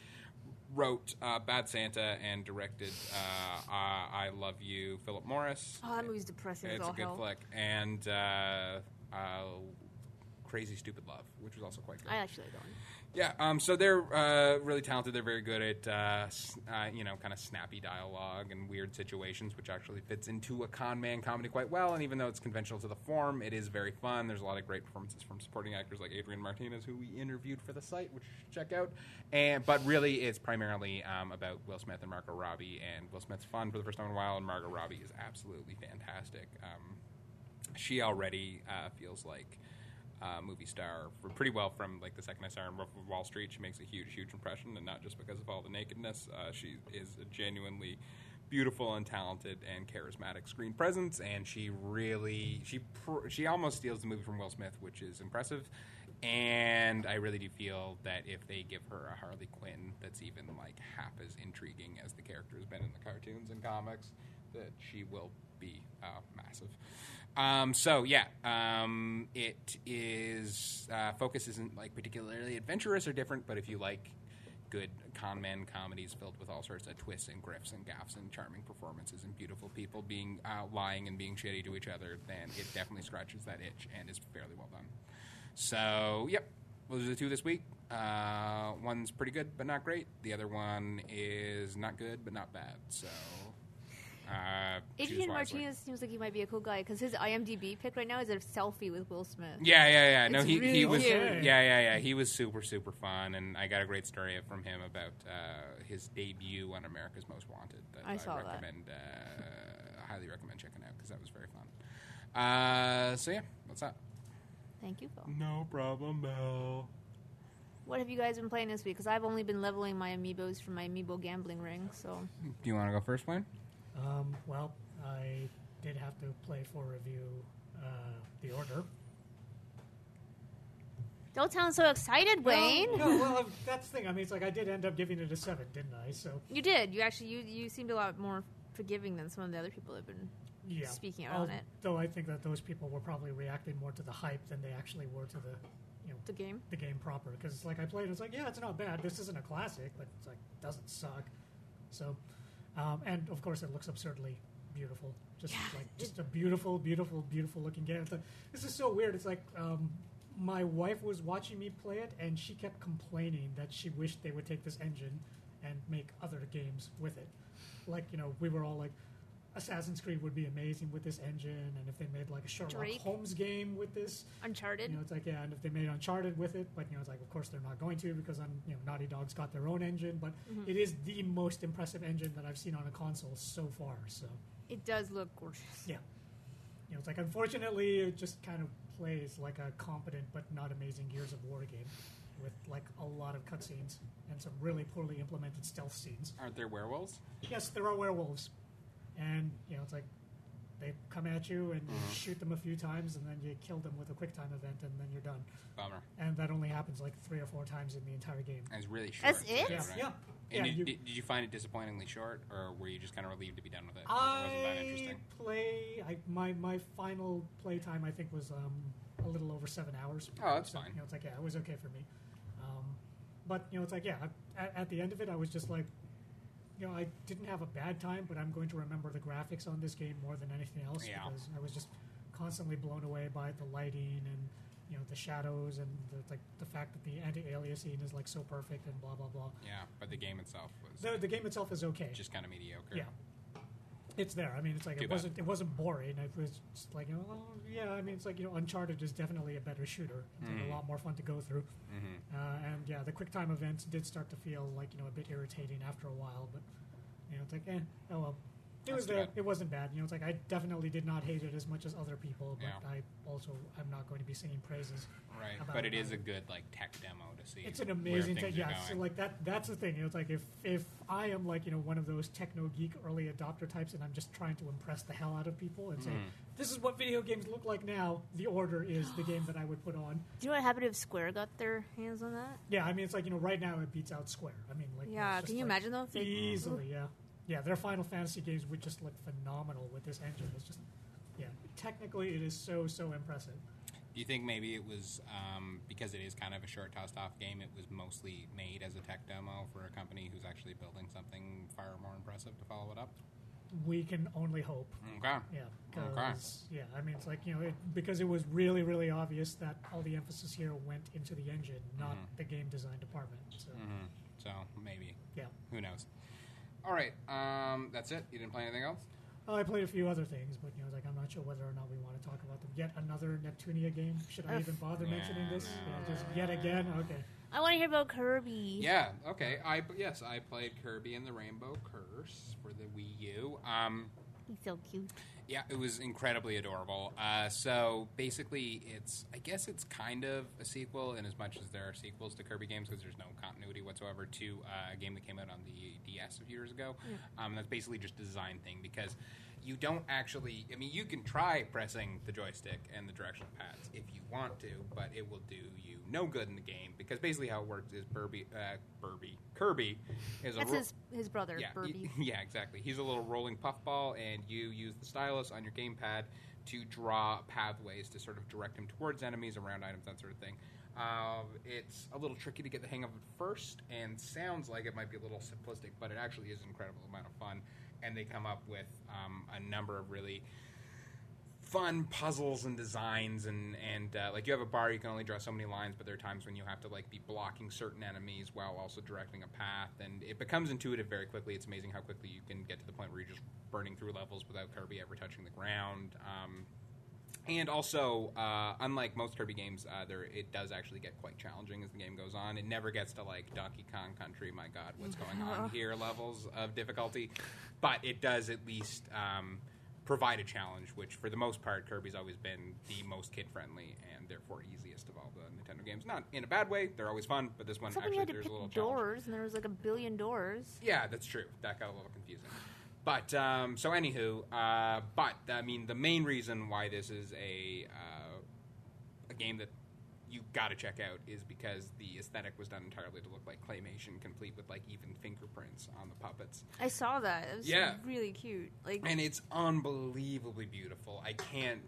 Speaker 2: wrote uh, Bad Santa and directed uh, I, I Love You, Philip Morris.
Speaker 1: Oh, that movie's depressing as
Speaker 2: It's
Speaker 1: all
Speaker 2: a good
Speaker 1: hell.
Speaker 2: flick, and uh, uh, Crazy Stupid Love, which was also quite good.
Speaker 1: I actually like that one.
Speaker 2: Yeah, um, so they're uh, really talented. They're very good at uh, s- uh, you know kind of snappy dialogue and weird situations, which actually fits into a con man comedy quite well. And even though it's conventional to the form, it is very fun. There's a lot of great performances from supporting actors like Adrian Martinez, who we interviewed for the site, which you should check out. And but really, it's primarily um, about Will Smith and Margot Robbie. And Will Smith's fun for the first time in a while, and Margot Robbie is absolutely fantastic. Um, she already uh, feels like uh, movie star for pretty well from like the second I saw her in Wolf of Wall Street. She makes a huge, huge impression, and not just because of all the nakedness. Uh, she is a genuinely beautiful and talented and charismatic screen presence, and she really she pr- she almost steals the movie from Will Smith, which is impressive. And I really do feel that if they give her a Harley Quinn that's even like half as intriguing as the character has been in the cartoons and comics, that she will be uh, massive. Um, so yeah, um, it is uh, focus isn't like particularly adventurous or different, but if you like good con men comedies filled with all sorts of twists and grifts and gaffes and charming performances and beautiful people being uh, lying and being shitty to each other, then it definitely scratches that itch and is fairly well done. So yep, those are the two this week. Uh, one's pretty good but not great. The other one is not good but not bad. So. Uh, choose
Speaker 1: Adrian
Speaker 2: wisely.
Speaker 1: Martinez seems like he might be a cool guy because his IMDb pick right now is a selfie with Will Smith.
Speaker 2: Yeah, yeah, yeah. No,
Speaker 1: It's
Speaker 2: he, he
Speaker 1: really
Speaker 2: was.
Speaker 1: cute.
Speaker 2: Yeah, yeah, yeah. He was super, super fun, and I got a great story from him about uh, his debut on America's Most Wanted. That
Speaker 1: I saw that.
Speaker 2: recommend, Uh, highly recommend checking out because that was very fun. Uh, so yeah, what's up?
Speaker 1: Thank you, Phil.
Speaker 2: No problem, Mel.
Speaker 1: What have you guys been playing this week? Because I've only been leveling my amiibos from my amiibo gambling ring. So
Speaker 2: Do you want to go first, Wayne?
Speaker 3: Um, well, I did have to play for review uh, the order.
Speaker 1: don't sound so excited, [LAUGHS] Wayne.
Speaker 3: No, no, well, I'm- that's the thing. I mean, it's like I did end up giving it a seven, didn't I? So
Speaker 1: [LAUGHS] You did. You actually you you seemed a lot more forgiving than some of the other people have been.
Speaker 3: yeah.
Speaker 1: Speaking out on it.
Speaker 3: Though I think that those people were probably reacting more to the hype than they actually were to the, you know,
Speaker 1: The game.
Speaker 3: the game proper. Because it's like I played, it's like yeah, it's not bad. This isn't a classic, but it's like doesn't suck. So, um, and of course, it looks absurdly beautiful. Just like just a beautiful, beautiful, beautiful looking game. It's like, this is so weird. It's like um, my wife was watching me play it, and she kept complaining that she wished they would take this engine and make other games with it. Like you know, we were all like. Assassin's Creed would be amazing with this engine, and if they made like a Sherlock
Speaker 1: Drake.
Speaker 3: Holmes game with this,
Speaker 1: Uncharted.
Speaker 3: you know, it's like yeah, and if they made Uncharted with it, but you know, it's like of course they're not going to because um, you know, Naughty Dog's got their own engine, but it is the most impressive engine that I've seen on a console so far. So
Speaker 1: It does look gorgeous.
Speaker 3: yeah, you know, it's like unfortunately it just kind of plays like a competent but not amazing Gears of War game with like a lot of cutscenes and some really poorly implemented stealth scenes.
Speaker 2: Aren't there werewolves?
Speaker 3: Yes, there are werewolves, and you know, it's like. They come at you and you shoot them a few times, and then you kill them with a quick time event, and then you're done
Speaker 2: Bummer.
Speaker 3: and that only happens like three or four times in the entire game.
Speaker 2: I was really short.
Speaker 1: That's it?
Speaker 2: too,
Speaker 3: Yeah,
Speaker 2: right?
Speaker 3: yeah, yeah.
Speaker 2: And did,
Speaker 3: you-
Speaker 2: did did you find it disappointingly short, or were you just kind of relieved to be done with it? 'Cause it wasn't that
Speaker 3: I
Speaker 2: interesting.
Speaker 3: play. I, my my final play time I think was um, a little over seven hours.
Speaker 2: Oh, that's
Speaker 3: So,
Speaker 2: fine.
Speaker 3: You know, it's like yeah, it was okay for me. Um, but you know, it's like yeah. I- At, at the end of it, I was just like, you know, I didn't have a bad time, but I'm going to remember the graphics on this game more than anything else
Speaker 2: Yeah.
Speaker 3: because I was just constantly blown away by the lighting and you know the shadows and the, like the fact that the anti-aliasing is like so perfect and blah blah blah.
Speaker 2: Yeah, but the game itself was
Speaker 3: The, the game itself is okay.
Speaker 2: just kind of mediocre.
Speaker 3: yeah, it's there. I mean, it's like
Speaker 2: Too
Speaker 3: it
Speaker 2: bad.
Speaker 3: wasn't it wasn't boring. It was just like, oh yeah. I mean, it's like you know, Uncharted is definitely a better shooter. It's like
Speaker 2: Mhm.
Speaker 3: a lot more fun to go through.
Speaker 2: hmm
Speaker 3: Uh, and yeah, the quick time events did start to feel like you know a bit irritating after a while. But you know, it's like eh, oh well. It
Speaker 2: That's
Speaker 3: was
Speaker 2: too
Speaker 3: there.
Speaker 2: bad.
Speaker 3: It wasn't bad. You know, it's like I definitely did not hate it as much as other people. But
Speaker 2: Yeah.
Speaker 3: I also I'm not going to be singing praises.
Speaker 2: Right,
Speaker 3: about
Speaker 2: but it
Speaker 3: it.
Speaker 2: is a good like tech demo to see.
Speaker 3: It's an
Speaker 2: where
Speaker 3: amazing
Speaker 2: things
Speaker 3: tech.
Speaker 2: are
Speaker 3: Yeah, so
Speaker 2: going.
Speaker 3: like that. That's the thing. You know, it's like if if I am like you know one of those techno geek early adopter types, and I'm just trying to impress the hell out of people and say, "This is what video games look like now." The Order is the game that I would put on.
Speaker 1: Do you know what happened if Square got their hands on that?
Speaker 3: Yeah, I mean, it's like you know right now it beats out Square. I mean, like
Speaker 1: Yeah, can
Speaker 3: it's just,
Speaker 1: you
Speaker 3: like,
Speaker 1: imagine though? It's like-
Speaker 3: Easily, yeah, yeah. Their Final Fantasy games would just look phenomenal with this engine. It's just, yeah, technically it is so so impressive.
Speaker 2: Do you think maybe it was um, because it is kind of a short tossed off game? It was mostly made as a tech demo for a company who's actually building something far more impressive to follow it up.
Speaker 3: We can only hope.
Speaker 2: Okay.
Speaker 3: Yeah.
Speaker 2: Okay.
Speaker 3: 'cause- Yeah. I mean, it's like you know, it, because it was really really obvious that all the emphasis here went into the engine, not the game design department. So
Speaker 2: hmm So maybe
Speaker 3: yeah.
Speaker 2: who knows? All right. Um, that's it. You didn't play anything else.
Speaker 3: Well, I played a few other things, but you know, like I'm not sure whether or not we want to talk about them. Yet another Neptunia game. Should I
Speaker 1: Ugh.
Speaker 3: even bother mentioning this?
Speaker 2: No.
Speaker 3: Yeah, just yet again. Okay.
Speaker 1: I want to hear about Kirby.
Speaker 2: Yeah. Okay. I yes, I played Kirby and the Rainbow Curse for the Wii U. Um,
Speaker 1: He's so cute.
Speaker 2: Yeah, it was incredibly adorable. Uh, so basically, it's I guess it's kind of a sequel in as much as there are sequels to Kirby games because there's no continuity whatsoever to uh, a game that came out on the DS a few years ago.
Speaker 1: Mm.
Speaker 2: Um, that's basically just a design thing because you don't actually. I mean, you can try pressing the joystick and the directional pads if you want to, but it will do you no good in the game because basically how it works is Burby, uh, Burby, Kirby is
Speaker 1: That's
Speaker 2: a ro-
Speaker 1: his his brother,
Speaker 2: yeah,
Speaker 1: Burby.
Speaker 2: y- [LAUGHS] yeah, exactly. He's a little rolling puffball, and you use the stylus on your gamepad to draw pathways to sort of direct him towards enemies, around items, that sort of thing. Um, it's a little tricky to get the hang of at first, and sounds like it might be a little simplistic, but it actually is an incredible amount of fun. And they come up with um, a number of really fun puzzles and designs and and uh, like you have a bar you can only draw so many lines but there are times when you have to like be blocking certain enemies while also directing a path and it becomes intuitive very quickly it's amazing how quickly you can get to the point where you're just burning through levels without kirby ever touching the ground um, and also, uh, unlike most Kirby games, uh, there it does actually get quite challenging as the game goes on. It never gets to like Donkey Kong Country, my God, what's
Speaker 1: [LAUGHS]
Speaker 2: going on here levels of difficulty, but it does at least um, provide a challenge, which for the most part, Kirby's always been the most kid friendly and therefore easiest of all the Nintendo games. Not in a bad way; they're always fun, but this one
Speaker 1: Except when you
Speaker 2: actually
Speaker 1: had to
Speaker 2: there's a little
Speaker 1: pick
Speaker 2: challenge.
Speaker 1: doors, and there was like a billion doors.
Speaker 2: Yeah, that's true. That got a little confusing. But um, so, anywho, uh, but I mean, the main reason why this is a uh, a game that you got to check out is because the aesthetic was done entirely to look like claymation, complete with like even fingerprints on the puppets,
Speaker 1: I saw that. It was
Speaker 2: Yeah.
Speaker 1: really cute. Like
Speaker 2: and it's unbelievably beautiful. I can't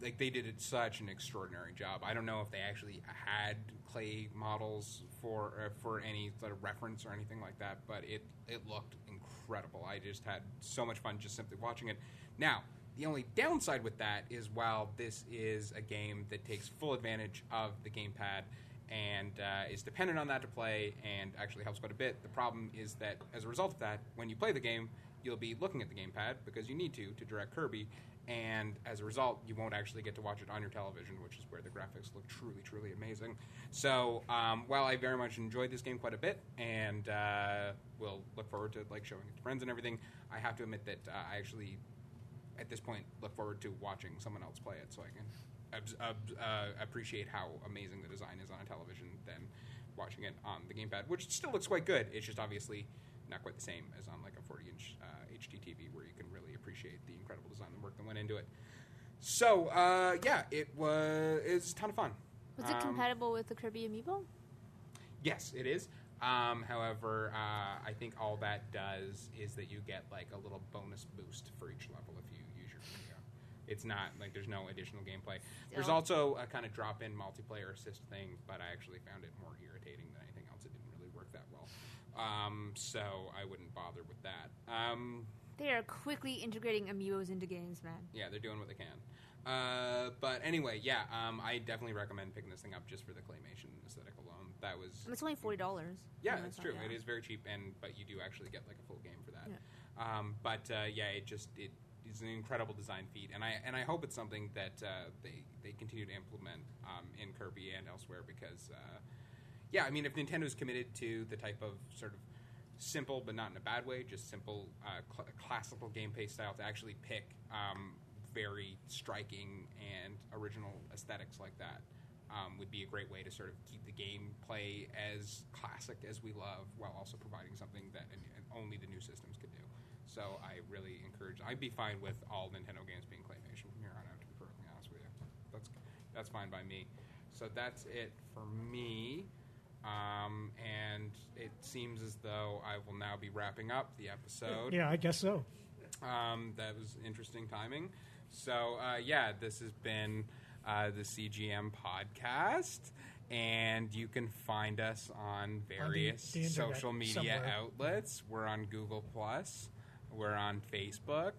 Speaker 2: like they did it such an extraordinary job. I don't know if they actually had clay models for uh, for any sort of reference or anything like that, but it it looked incredible. I just had so much fun just simply watching it. Now, the only downside with that is while this is a game that takes full advantage of the gamepad and uh, is dependent on that to play and actually helps quite a bit, the problem is that as a result of that, when you play the game, you'll be looking at the gamepad because you need to to direct Kirby, and as a result, you won't actually get to watch it on your television, which is where the graphics look truly, truly amazing. So, um, while I very much enjoyed this game quite a bit, and uh, will look forward to like showing it to friends and everything, I have to admit that uh, I actually, at this point, look forward to watching someone else play it so I can. abs- abs- uh, appreciate how amazing the design is on a television than watching it on the gamepad, which still looks quite good. It's just obviously not quite the same as on like a 40 inch uh, HD TV where you can really appreciate the incredible design and work that went into it. So uh, yeah, it was it's a ton of fun.
Speaker 1: was it
Speaker 2: Um,
Speaker 1: compatible with the Kirby Amiibo?
Speaker 2: Yes, it is. Um, however, uh, I think all that does is that you get like a little bonus boost for each level if you use your Amiibo. It's not like there's no additional gameplay. There's
Speaker 1: Still.
Speaker 2: also a kind of drop in multiplayer assist thing, but I actually found it more irritating than anything else. It didn't really work that well. Um, so I wouldn't bother with that. Um,
Speaker 1: They are quickly integrating Amiibos into games, man.
Speaker 2: yeah, they're doing what they can. Uh, but anyway, yeah, um, I definitely recommend picking this thing up just for the claymation aesthetic alone. That was
Speaker 1: And it's only forty dollars.
Speaker 2: yeah, that's true. It is very cheap, and but you do actually get like a full game for that.
Speaker 1: Yeah.
Speaker 2: Um, but uh, yeah, it just it is an incredible design feat, and I and I hope it's something that uh, they they continue to implement um, in Kirby and elsewhere because uh, yeah, I mean if Nintendo's committed to the type of sort of simple but not in a bad way, just simple uh, cl- classical gameplay style to actually pick um, very striking and original aesthetics like that um, would be a great way to sort of keep the gameplay as classic as we love while also providing something that an- an only the new systems could do. So I really encourage. I'd be fine with all Nintendo games being claymation from here on out. To be perfectly honest with you, that's that's fine by me. So that's it for me. Um, and it seems as though I will now be wrapping up the episode.
Speaker 3: Yeah, I guess so.
Speaker 2: Um, that was interesting timing. So uh, yeah, this has been uh, the CGM podcast, and you can find us on various
Speaker 3: the internet
Speaker 2: social media
Speaker 3: somewhere.
Speaker 2: outlets. We're on Google Plus, we're on Facebook,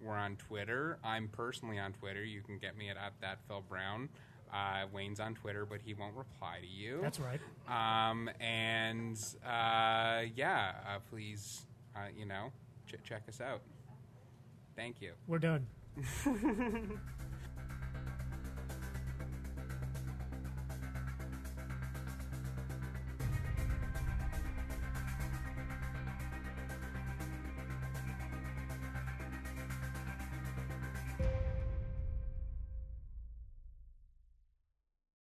Speaker 2: we're on Twitter. I'm personally on Twitter. You can get me at, at that Phil Brown. Uh, Wayne's on Twitter, but he won't reply to you.
Speaker 3: That's right.
Speaker 2: Um, and uh, yeah, uh, please, uh, you know, ch- check us out. Thank you.
Speaker 3: We're done.